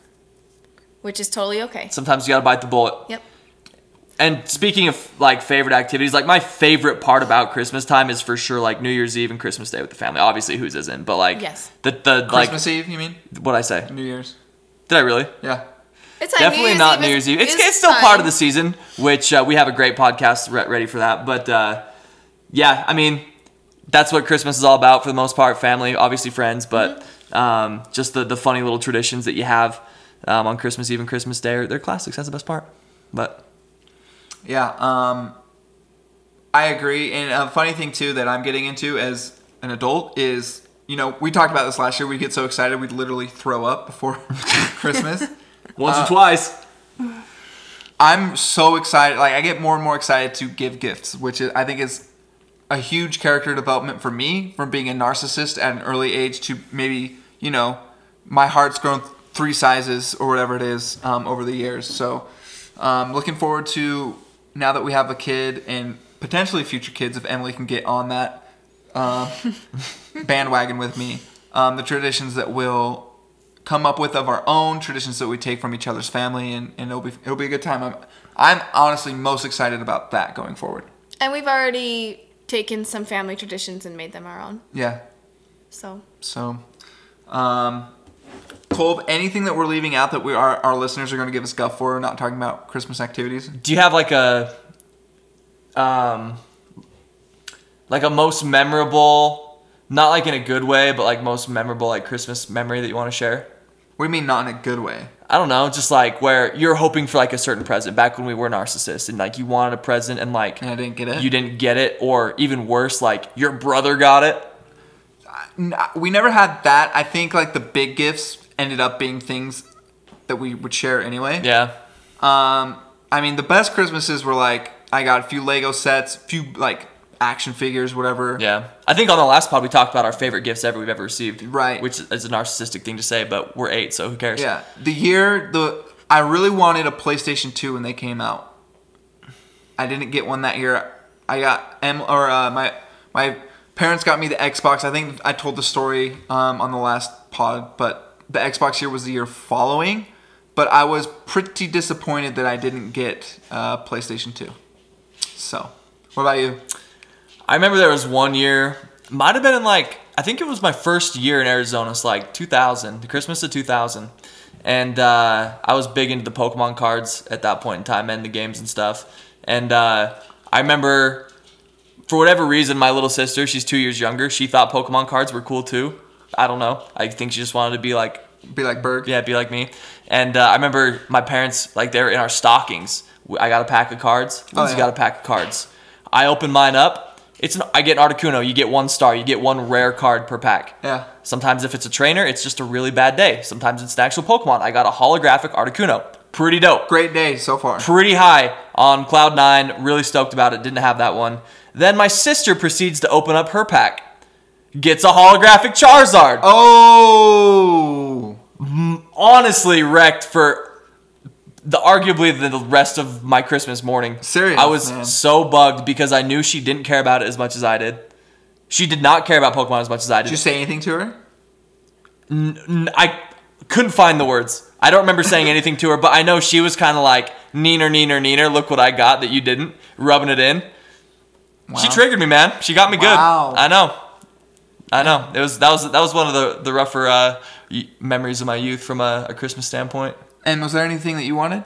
which is totally okay. Sometimes you gotta bite the bullet. Yep. And speaking of like favorite activities, like my favorite part about Christmas time is for sure like New Year's Eve and Christmas Day with the family. Obviously, whose isn't? But like, Yes. the the Christmas Eve, you mean? like what I say? New Year's. Did I really? Yeah. It's like Definitely Year's not Eve New is- Year's Eve. It's, is it's still part of fun. the season, which uh, we have a great podcast re- ready for that. But uh, yeah, I mean, that's what Christmas is all about for the most part. Family, obviously friends, but um, just the, the funny little traditions that you have um, on Christmas Eve and Christmas Day are they're classics. That's the best part. But Yeah, um, I agree. And a funny thing too that I'm getting into as an adult is, you know, we talked about this last year. We get so excited we'd literally throw up before Christmas. once or twice, I'm so excited. Like I get more and more excited to give gifts, which is, I think is a huge character development for me from being a narcissist at an early age to maybe you know my heart's grown th- three sizes or whatever it is um, over the years. So um, looking forward to now that we have a kid and potentially future kids if Emily can get on that uh, bandwagon with me. Um, the traditions that we'll come up with of our own traditions that we take from each other's family, and, and it'll be it'll be a good time. I'm I'm honestly most excited about that going forward. And we've already taken some family traditions and made them our own. Yeah. So So, um, Colb, anything that we're leaving out that we our, our listeners are going to give us guff for, not talking about Christmas activities. do you have like a um like a most memorable not like in a good way but like most memorable like christmas memory that you want to share What do you mean, not in a good way? i don't know just like where you're hoping for like a certain present back when we were narcissists and like you wanted a present and like And I didn't get it. you didn't get it or even worse like your brother got it N- we never had that. I think like the big gifts ended up being things that we would share anyway. yeah Um, I mean, the best Christmases were like I got a few Lego sets, few like action figures, whatever. yeah i think on the last pod we talked about our favorite gifts ever we've ever received Right. which is a narcissistic thing to say but we're eight so who cares Yeah. The year the I really wanted a PlayStation 2 when they came out. I didn't get one that year. I got M or uh, my my parents got me the Xbox. I think I told the story um, on the last pod, but the Xbox year was the year following. But I was pretty disappointed that I didn't get uh, PlayStation 2. So, what about you? I remember there was one year, might have been in like, I think it was my first year in Arizona. It's like 2000, the Christmas of 2000. And uh, I was big into the Pokemon cards at that point in time and the games and stuff. And uh, I remember for whatever reason, my little sister, she's two years younger, she thought Pokemon cards were cool too. I don't know. I think she just wanted to be like Be like Berg. yeah, be like me. And uh, I remember my parents, like, they were in our stockings. We- I got a pack of cards. Oh, Lindsay yeah. got a pack of cards. I open mine up. It's an, I get an Articuno. You get one star. You get one rare card per pack. Yeah. Sometimes if it's a trainer, it's just a really bad day. Sometimes it's an actual Pokemon. I got a holographic Articuno. Pretty dope. Great day so far. Pretty high on cloud nine. Really stoked about it. Didn't have that one. Then my sister proceeds to open up her pack. Gets a holographic Charizard Oh. honestly wrecked for the arguably the rest of my Christmas morning. Serious, I was man. so bugged because I knew she didn't care about it as much as I did. She did not care about Pokemon as much as I did. Did you say anything to her? N- I couldn't find the words. I don't remember saying anything to her, but I know she was kind of like neener, neener, neener. Look what I got that you didn't. Rubbing it in. She Wow. triggered me, man. She got me good. Wow. I know. I know. It was that was that was one of the the rougher uh, y- memories of my youth from a, a Christmas standpoint. And was there anything that you wanted?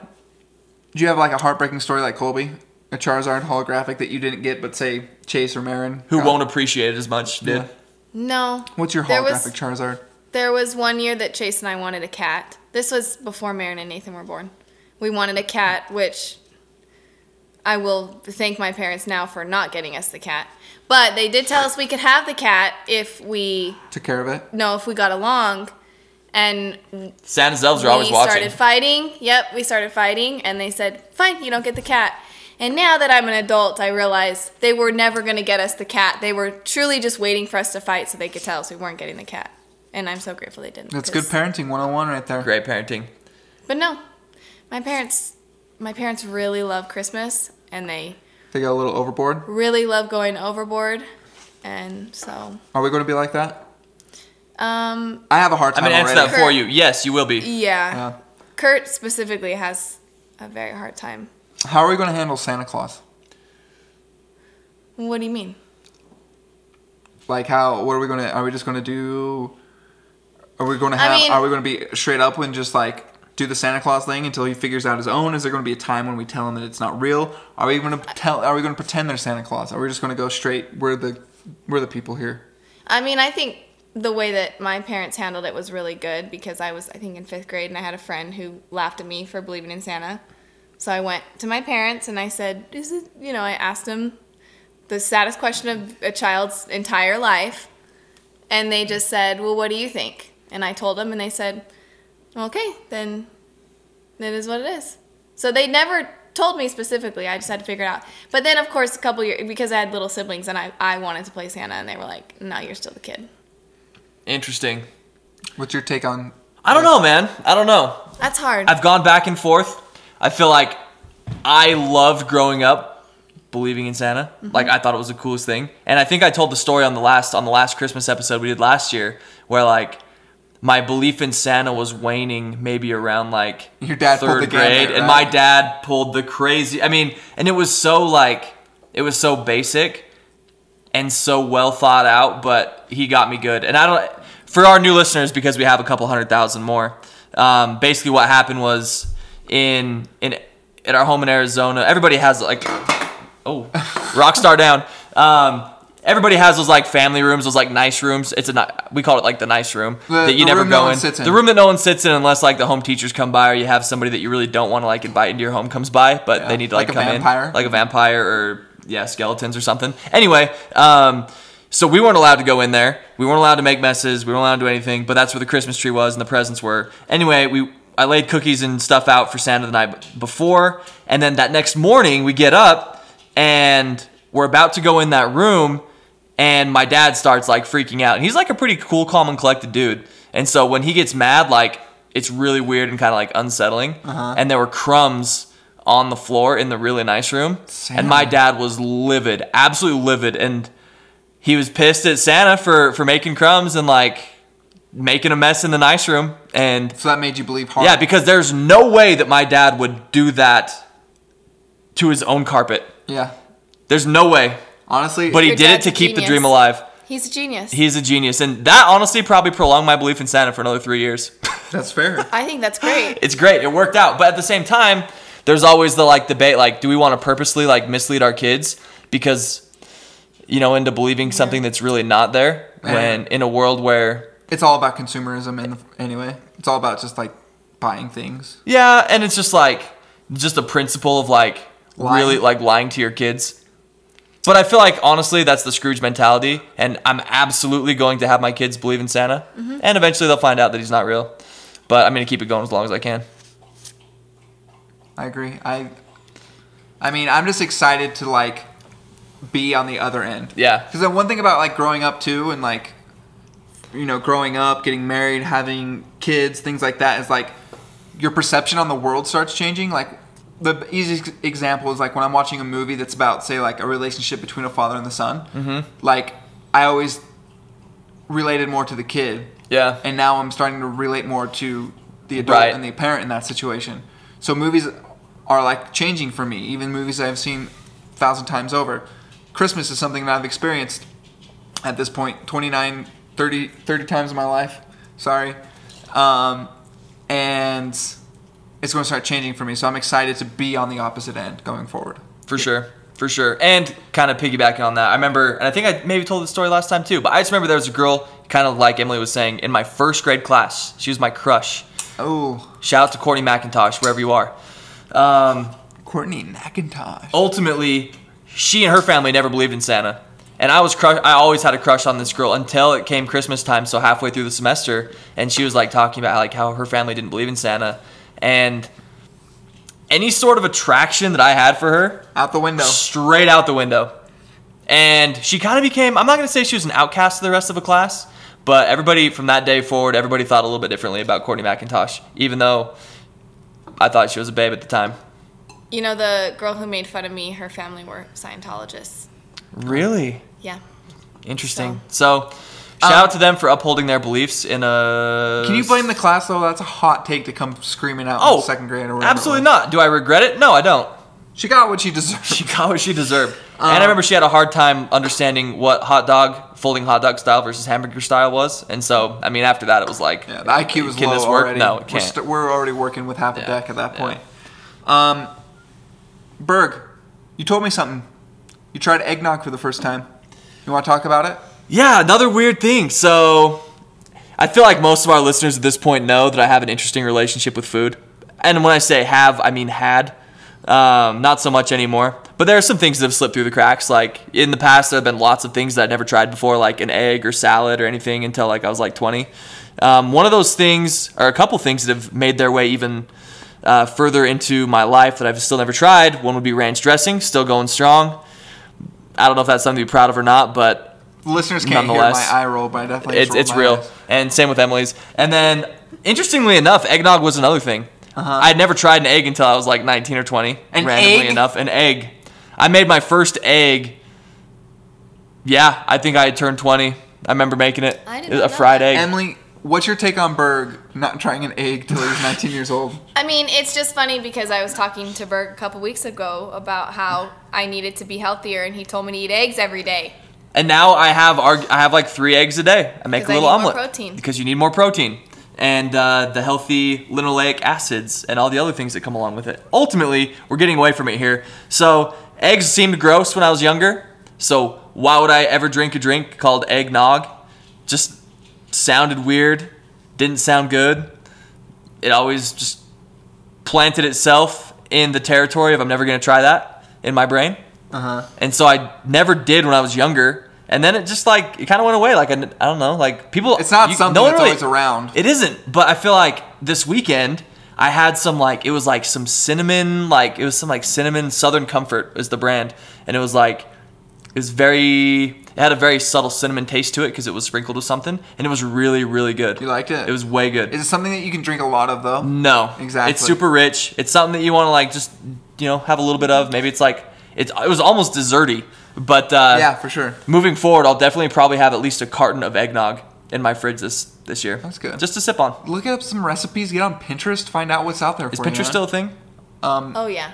Did you have like a heartbreaking story like Colby? A Charizard holographic that you didn't get, but say Chase or Marin? who got? won't appreciate it as much, dude. Yeah. No. What's your There was- holographic Charizard? There was one year that Chase and I wanted a cat. This was before Marin and Nathan were born. We wanted a cat, which I will thank my parents now for not getting us the cat. But they did tell us we could have the cat if we Took care of it. no, if we got along. And we Santa's elves are always watching. started fighting. Yep, we started fighting and they said, "Fine, you don't get the cat." And now that I'm an adult, I realize they were never going to get us the cat. They were truly just waiting for us to fight so they could tell us we weren't getting the cat. And I'm so grateful they didn't. That's 'cause- good parenting 101 right there. Great parenting. But no, my parents, my parents really love Christmas, and they They go a little overboard. really love going overboard, and so, Are we going to be like that? um, I have a hard I'm time gonna answer already. that for Correct. you. Yes, you will be. yeah. Yeah. Kurt specifically has a very hard time. How are we going to handle Santa Claus? What do you mean? Like how? What are we going to? Are we just going to do? Are we going to I have? mean- are we going to be straight up and just like do the Santa Claus thing until he figures out his own? Is there going to be a time when we tell him that it's not real? Are we going to tell? Are we going to pretend they're Santa Claus? Are we just going to go straight? We're the we're the people here. I mean, I think the way that my parents handled it was really good because I was, I think, in fifth grade and I had a friend who laughed at me for believing in Santa. So I went to my parents and I said, Is it, you know, I asked them the saddest question of a child's entire life. And they just said, Well, what do you think? And I told them and they said, Okay, then it is what it is. So they never told me specifically. I just had to figure it out. But then, of course, a couple years because I had little siblings and I, I wanted to play Santa, and they were like, "No, you're still the kid." Interesting. What's your take on? I don't know, man. I don't know. That's hard. I've gone back and forth. I feel like I loved growing up believing in Santa. Like I thought it was the coolest thing. And I think I told the story on the last on the last Christmas episode we did last year where like my belief in Santa was waning maybe around like Your dad pulled the gambit, and right? my dad pulled the crazy I mean, and it was so like it was so basic and so well thought out, but he got me good. And I don't for our new listeners because we have a couple hundred thousand more. Um, basically, what happened was in in at our home in Arizona, everybody has like oh rock star down. Um, everybody has those like family rooms, those like nice rooms. It's a ni- we call it like the nice room The- that you the never room go no one in. sits in. The room that no one sits in unless like the home teachers come by or you have somebody that you really don't want to like invite into your home comes by, but Yeah, they need to like like, a come vampire. in like a vampire or yeah skeletons or something anyway um so we weren't allowed to go in there we weren't allowed to make messes we weren't allowed to do anything but that's where the christmas tree was and the presents were anyway we i laid cookies and stuff out for santa the night before and then that next morning we get up and we're about to go in that room and my dad starts like freaking out and he's like a pretty cool calm and collected dude and so when he gets mad like it's really weird and kind of like unsettling and there were crumbs on the floor in the really nice room and my dad was livid absolutely livid and he was pissed at santa for for making crumbs and like making a mess in the nice room and So that made you believe hard. yeah, because there's no way that my dad would do that to his own carpet. yeah. There's no way. Honestly, But he Your did it dad's to a keep the genius. dream alive. He's a genius. He's a genius. And that honestly probably prolonged my belief in Santa for another three years. that's fair. I think that's great. it's great. It worked out. But at the same time, there's always the like debate like, do we want to purposely like mislead our kids? Because you know, into believing something that's really not there. Yeah. When in a world where It's all about consumerism, in the, anyway. It's all about just like buying things. yeah, and it's just like just the principle of like Lying. really like lying to your kids. But I feel like honestly, that's the Scrooge mentality, and I'm absolutely going to have my kids believe in Santa, and eventually they'll find out that he's not real. But I'm gonna keep it going as long as I can. I agree. I, I mean, I'm just excited to like be on the other end. Yeah, Because the one thing about like growing up too, and like, you know, growing up, getting married, having kids, things like that, is like your perception on the world starts changing. Like the easiest example is like when I'm watching a movie that's about, say, like a relationship between a father and the son. Mm-hmm. Like I always related more to the kid, yeah, and now I'm starting to relate more to the adult Right. and the parent in that situation. So movies are like changing for me. Even movies I've seen a thousand times over. Christmas is something that I've experienced at this point 29, 30, 30 times in my life. Sorry. Um, and it's going to start changing for me. So I'm excited to be on the opposite end going forward. for sure for sure and kind of piggybacking on that i remember and i think i maybe told the story last time too but i just remember there was a girl kind of like emily was saying in my first grade class she was my crush Oh, shout out to courtney mcintosh wherever you are um, Courtney McIntosh. ultimately she and her family never believed in santa and i was crush i always had a crush on this girl until it came christmas time so halfway through the semester and she was like talking about like how her family didn't believe in santa and any sort of attraction that i had for her Out the window. straight out the window. And she kind of became, I'm not going to say she was an outcast to the rest of the class, but everybody from that day forward, everybody thought a little bit differently about Courtney McIntosh, even though I thought she was a babe at the time. You know the girl who made fun of me, her family were Scientologists. Really? Yeah. Interesting. So, shout out to them for upholding their beliefs in a. um, Can you blame the class though? That's a hot take to come screaming out Oh, in second grade or whatever. it Absolutely was. not. Do I regret it? No, I don't. She got what she deserved. She got what she deserved. Um, and I remember she had a hard time understanding what hot dog, folding hot dog style versus hamburger style was. And so, I mean, after that, it was like, Yeah, the IQ was can low this work? already. No, it We're, can't. st- we're already working with half a Yeah, deck at that yeah. point. Um, Berg, you told me something. You tried eggnog for the first time. You want to talk about it? Yeah, another weird thing. So, I feel like most of our listeners at this point know that I have an interesting relationship with food. And when I say have, I mean had. Um, not so much anymore. But there are some things that have slipped through the cracks. Like in the past, there have been lots of things that I'd never tried before, like an egg or salad or anything until like I was like 20. Um, one of those things, or a couple things that have made their way even uh, further into my life that I've still never tried. One would be ranch dressing, still going strong. I don't know if that's something to be proud of or not, but The listeners can't hear my Nonetheless, eye roll, but I definitely it's, just it's rolled my real. eyes. And same with Emily's. And then, interestingly enough, eggnog was another thing. I'd never tried an egg until I was like 19 or 20. Uh-huh. An randomly egg? enough, an egg. I made my first egg. Yeah, I think I had turned 20. I remember making it. I did It was not a know fried that. egg. Emily, what's your take on Berg not trying an egg till he was 19 years old? I mean, it's just funny because I was talking to Berg a couple weeks ago about how I needed to be healthier, and he told me to eat eggs every day. And now I have arg- I have like three eggs a day. I make a Because I little need more omelet protein. because you need more protein and uh, the healthy linoleic acids and all the other things that come along with it. Ultimately, we're getting away from it here. So eggs seemed gross when I was younger. So why would I ever drink a drink called eggnog? Just sounded weird. Didn't sound good. It always just planted itself in the territory of I'm never gonna try that in my brain Uh huh. and so I never did when I was younger. And then it just like it kind of went away. Like I, n- I don't know. Like people, It's not you- something one that's always around. It isn't. But I feel like this weekend I had some like it was like some cinnamon like it was some like cinnamon Southern Comfort is the brand, and it was like it was very it had a very subtle cinnamon taste to it because it was sprinkled with something, and it was really really good. You liked it? It was way good. Is it something that you can drink a lot of though? No, Exactly. It's super rich. It's something that you want to like just you know have a little bit of. Maybe it's like it's it was almost desserty, but uh, Yeah, for sure. Moving forward, I'll definitely probably have at least a carton of eggnog in my fridge this this year. That's good. Just to sip on. Look up some recipes. Get on Pinterest. Find out what's out there Is for you, Pinterest man. Um, still a thing? Oh yeah,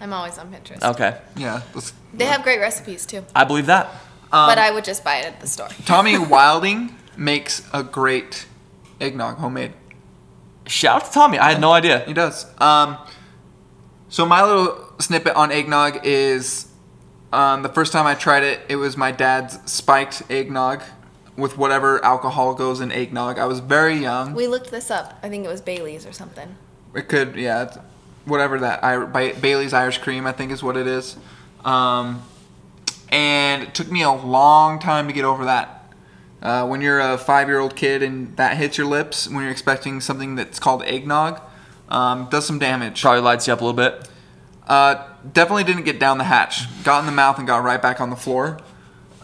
I'm always on Pinterest. Okay, Yeah. let's- Um, They have great recipes too, I believe that. but I would just buy it at the store. Tommy Wilding makes a great eggnog homemade. Shout out to Tommy. I had no idea. He does. Um, so my little snippet on eggnog is Um, the first time I tried it, it was my dad's spiked eggnog with whatever alcohol goes in eggnog. I was very young. We looked this up. I think it was Bailey's or something. It could, yeah, it's- whatever that Ir- Ba- Bailey's Irish Cream, I think, is what it is. Um, and it took me a long time to get over that. Uh, when you're a five-year-old kid and that hits your lips, when you're expecting something that's called eggnog, um, does some damage. Probably lights you up a little bit. Uh, definitely didn't get down the hatch. Got in the mouth and got right back on the floor.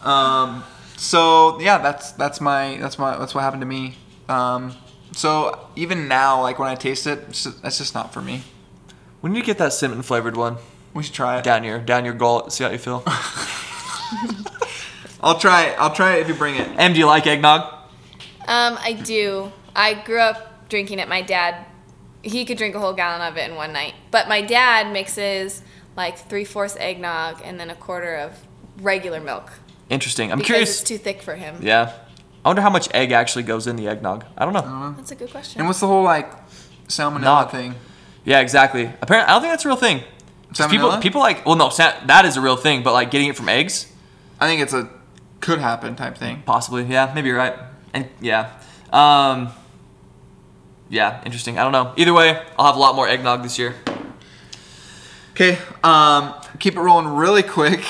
Um, so yeah, that's that's my that's my that's what happened to me. Um, so even now, like when I taste it, it's just, that's just not for me. We need to get that cinnamon flavored one We should try it. down your down your gullet. See how you feel. I'll try it. I'll try it if you bring it. M, do you like eggnog? Um, I do. I grew up drinking it. My dad, he could drink a whole gallon of it in one night. But my dad mixes like three fourths eggnog and then a quarter of regular milk Interesting. I'm because curious. it's too thick for him. yeah. I wonder how much egg actually goes in the eggnog. I don't know. That's a good question. And what's the whole like salmonella Not- thing? Yeah, exactly. Apparently, I don't think that's a real thing. 'Cause People, Salmonella? people like, well, no, sa- that is a real thing, but like getting it from eggs, I think it's a could happen type thing. possibly. Yeah, maybe you're right. And yeah, um, yeah, interesting. I don't know. Either way, I'll have a lot more eggnog this year. Okay. Um, keep it rolling really quick.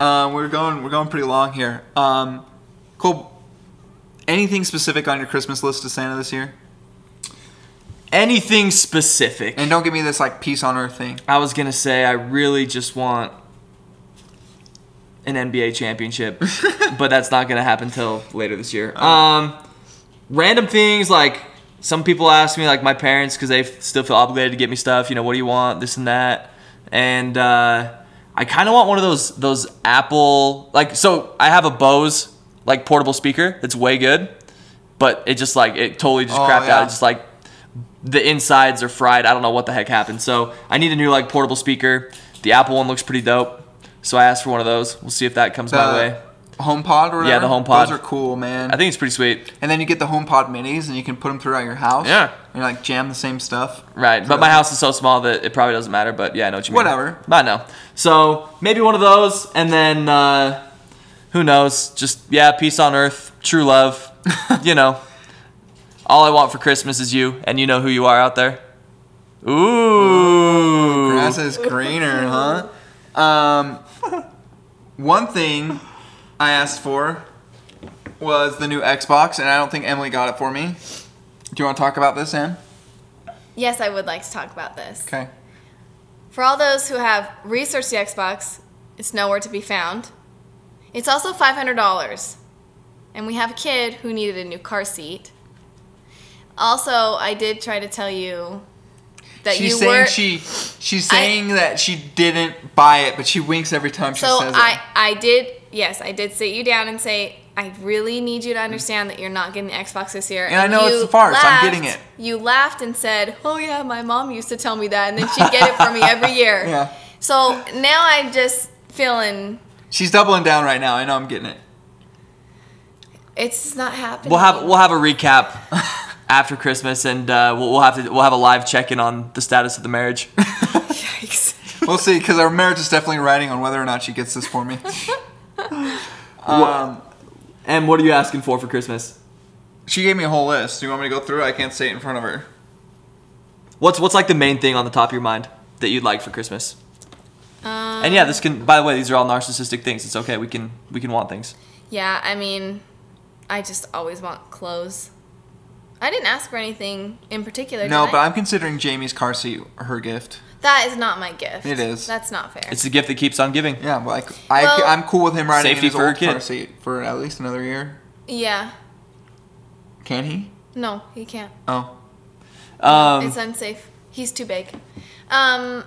Um, we're going we're going pretty long here. Um, Cole, anything specific on your Christmas list to Santa this year? Anything specific? And don't give me this like peace on earth thing. I was gonna say I really just want an NBA championship, but that's not gonna happen till later this year. Oh. Um, random things like some people ask me, like my parents, because they f- still feel obligated to get me stuff. You know, what do you want? This and that, and uh, I kind of want one of those those Apple like. So I have a Bose like portable speaker that's way good, but it just like it totally just Oh, crapped yeah. out. It's just like the insides are fried. I don't know what the heck happened. So I need a new like portable speaker. The Apple one looks pretty dope. So I asked for one of those. We'll see if that comes Uh, my way. Home Pod or whatever. Yeah, the HomePod. Those are cool, man. I think it's pretty sweet. And then you get the Home Pod Minis, and you can put them throughout your house. Yeah. And like jam the same stuff. Right. But my house is so small that it probably doesn't matter. But yeah, I know what you mean. Whatever. I know. So maybe one of those. And then uh, who knows? Just, yeah, peace on earth, true love. you know, all I want for Christmas is you. And you know who you are out there. Ooh. Grass is greener, huh? Um, one thing I asked for was the new Xbox, and I don't think Emily got it for me. Do you want to talk about this, Em? yes, I would like to talk about this. Okay. For all those who have researched the Xbox, it's nowhere to be found. It's also $500. And we have a kid who needed a new car seat. Also, I did try to tell you that She's you saying were she she's saying that she didn't buy it, but she winks every time she So says I it. I did yes, I did sit you down and say I really need you to understand that you're not getting the Xbox this year. And I know it's a farce. I'm getting it. You laughed and said, "Oh yeah, my mom used to tell me that, and then she'd get it for me every year." Yeah. So now I'm just feeling She's doubling down right now. I know I'm getting it. it's not happening. We'll have we'll have a recap after Christmas, and uh, we'll, we'll have to we'll have a live check in on the status of the marriage. Yikes. We'll see, because our marriage is definitely riding on whether or not she gets this for me. um, and what are you asking for for Christmas? she gave me a whole list. Do you want me to go through? it? I can't say it in front of her. What's what's like the main thing on the top of your mind that you'd like for Christmas? Um, And yeah, this can. By the way, these are all narcissistic things. It's okay. We can we can want things. yeah, I mean, I just always want clothes. I didn't ask for anything in particular. No, did but I? I'm considering Jamie's car seat her gift. that is not my gift. It is. That's not fair. It's the gift that keeps on giving. Yeah, but like I, Well- I'm cool with him riding in Safety his for a old car kid. seat for at least another year. yeah. Can he? No, he can't. Oh, Um, it's unsafe. He's too big. Um,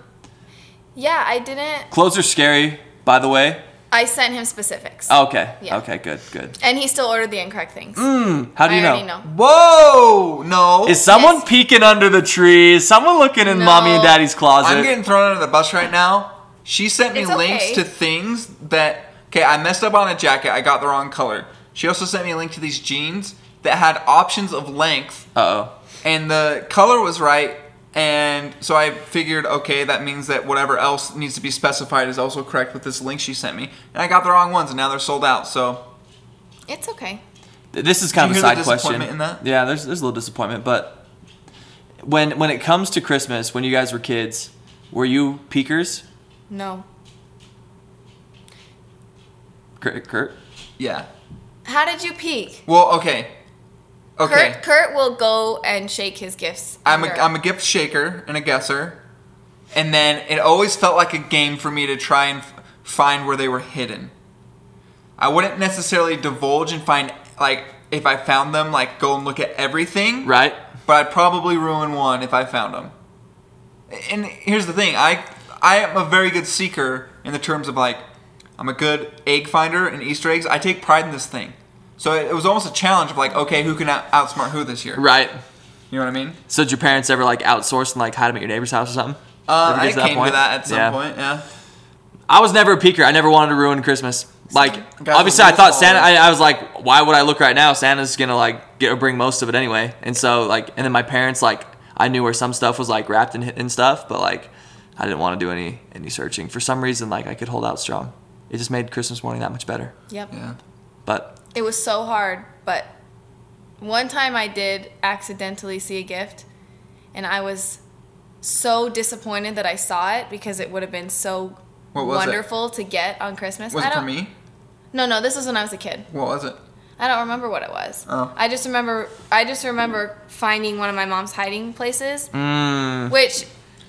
yeah, I didn't. clothes are scary. By the way. Oh, I sent him specifics, Oh. Okay. Yeah. Okay. Good. Good. and he still ordered the incorrect things. Mm, how do I you already know? know. whoa, no! Is someone Yes. peeking under the trees? Someone looking in No. mommy and daddy's closet? I'm getting thrown under the bus right now. She sent me It's okay. links to things that okay, I messed up on a jacket. I got the wrong color. She also sent me a link to these jeans that had options of length, Uh oh. and the color was right, And so I figured, okay, that means that whatever else needs to be specified is also correct with this link she sent me. And I got the wrong ones, and now they're sold out. So It's okay. Th- This is kind Do of you a hear side the question. disappointment in that? Yeah, there's there's a little disappointment, but when when it comes to Christmas, when you guys were kids, were you peekers, No. Kurt? Kurt? yeah. How did you peek? Well, okay, okay. Kurt Kurt will go and shake his gifts. I'm a, under. I'm a gift shaker and a guesser, and then it always felt like a game for me to try and f- find where they were hidden. I wouldn't necessarily divulge and find like if I found them, like go and look at everything. Right? but I'd probably ruin one if I found them. And here's the thing: I I am a very good seeker in the terms of like I'm a good egg finder and Easter eggs. I take pride in this thing, so it, it was almost a challenge of like, okay, who can out- outsmart who this year? Right. You know what I mean? So did your parents ever like outsource and like hide them at your neighbor's house or something? Uh, Ever I get to that came point? to that at some Yeah. point. Yeah. I was never a peeker. I never wanted to ruin Christmas. Like Guys, obviously, I we're thought rules Santa. I, followers. I was like, why would I look right now? Santa's gonna like get, bring most of it anyway. And so like, and then my parents like, I knew where some stuff was like wrapped in and stuff, but like, I didn't want to do any any searching. For some reason, like I could hold out strong. It just made Christmas morning that much better. Yep. Yeah. But It was so hard, but one time I did accidentally see a gift, and I was so disappointed that I saw it because it would have been so What was it? wonderful to get on Christmas. Was I it for don't- me? No, no, this was when I was a kid. What was it? I don't remember what it was. Oh. I just remember I just remember finding one of my mom's hiding places, mm, which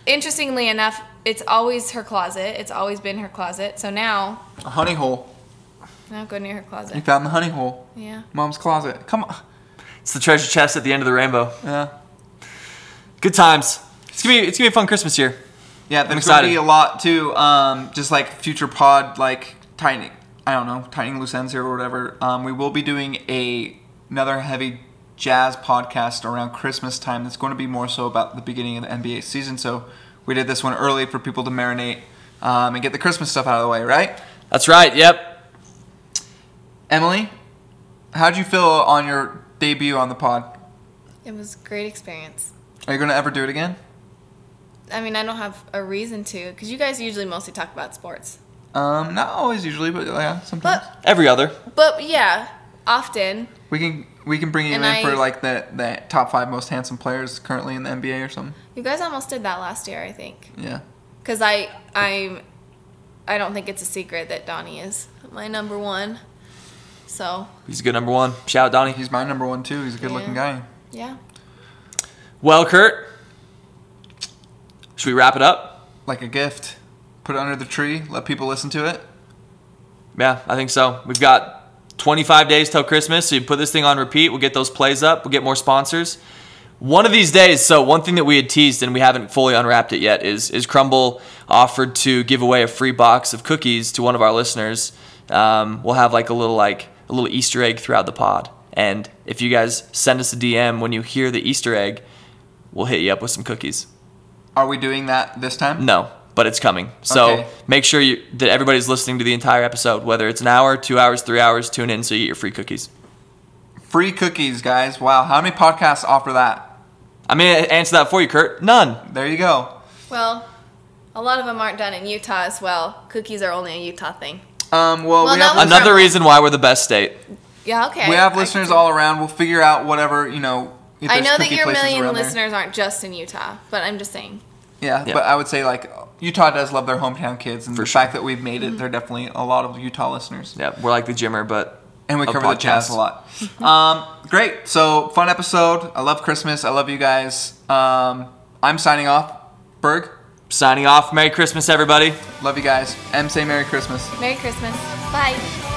interestingly enough, it's always her closet. It's always been her closet. So now, A honey hole. I don't go near her You closet. found the honey hole. Yeah. Mom's closet. Come on. it's the treasure chest at the end of the rainbow. Yeah. Good times. It's gonna be it's gonna be a fun Christmas year. Yeah, there's gonna excited. be a lot too. Um, just like future pod, like tiny, I don't know, tiny loose ends here or whatever. Um, we will be doing a another heavy jazz podcast around Christmas time. That's going to be more so about the beginning of the NBA season. So we did this one early for people to marinate um, and get the Christmas stuff out of the way, right? That's right. Yep. Emily, how'd you feel on your debut on the pod? It was a great experience. Are you gonna ever do it again? I mean, I don't have a reason to, because you guys usually mostly talk about sports. Um, not always, usually, but yeah, sometimes But Every other. but yeah, often. we can we can bring you in And I- for like the, the top five most handsome players currently in the NBA or something. You guys almost did that last year, I think. Yeah. Because I I'm I don't think it's a secret that Donnie is my number one. So He's a good number one. Shout out Donnie. He's my number one too. He's a good looking guy. yeah, Well, Kurt, should we wrap it up? Like a gift. Put it under the tree, let people listen to it. Yeah, I think so. We've got 25 days till Christmas, so you put this thing on repeat. We'll get those plays up. We'll get more sponsors. One of these days, so one thing that we had teased and we haven't fully unwrapped it yet is is Crumble offered to give away a free box of cookies to one of our listeners. Um, we'll have like a little like a little Easter egg throughout the pod, and if you guys send us a DM when you hear the Easter egg, we'll hit you up with some cookies. Are we doing that this time? No, but it's coming. So Okay. make sure you, that everybody's listening to the entire episode, whether it's an hour, two hours, three hours. Tune in so you get your free cookies. Free cookies, guys. Wow, how many podcasts offer that? I mean, answer that for you, Kurt. None. There you go. well, a lot of them aren't done in Utah as well. Cookies are only a Utah thing. Um, well, Well, we that have, was- lis- Another Crumble. reason why we're the best state. Yeah, okay. we have I- listeners all around. We'll figure out whatever you know. If I there's know that cookie your places million around there. listeners aren't just in Utah, but I'm just saying. Yeah, Yeah. but I would say like Utah does love their hometown kids, and For the sure. fact that we've made Mm-hmm. it, there are definitely a lot of Utah listeners. Yeah, we're like the Jimmer, but And we a cover the jazz podcast. a lot. Um, great. So fun episode. I love Christmas. I love you guys. Um, I'm signing off. Berg, Signing off. Merry Christmas, everybody. love you guys. M say Merry Christmas. Merry Christmas. Bye.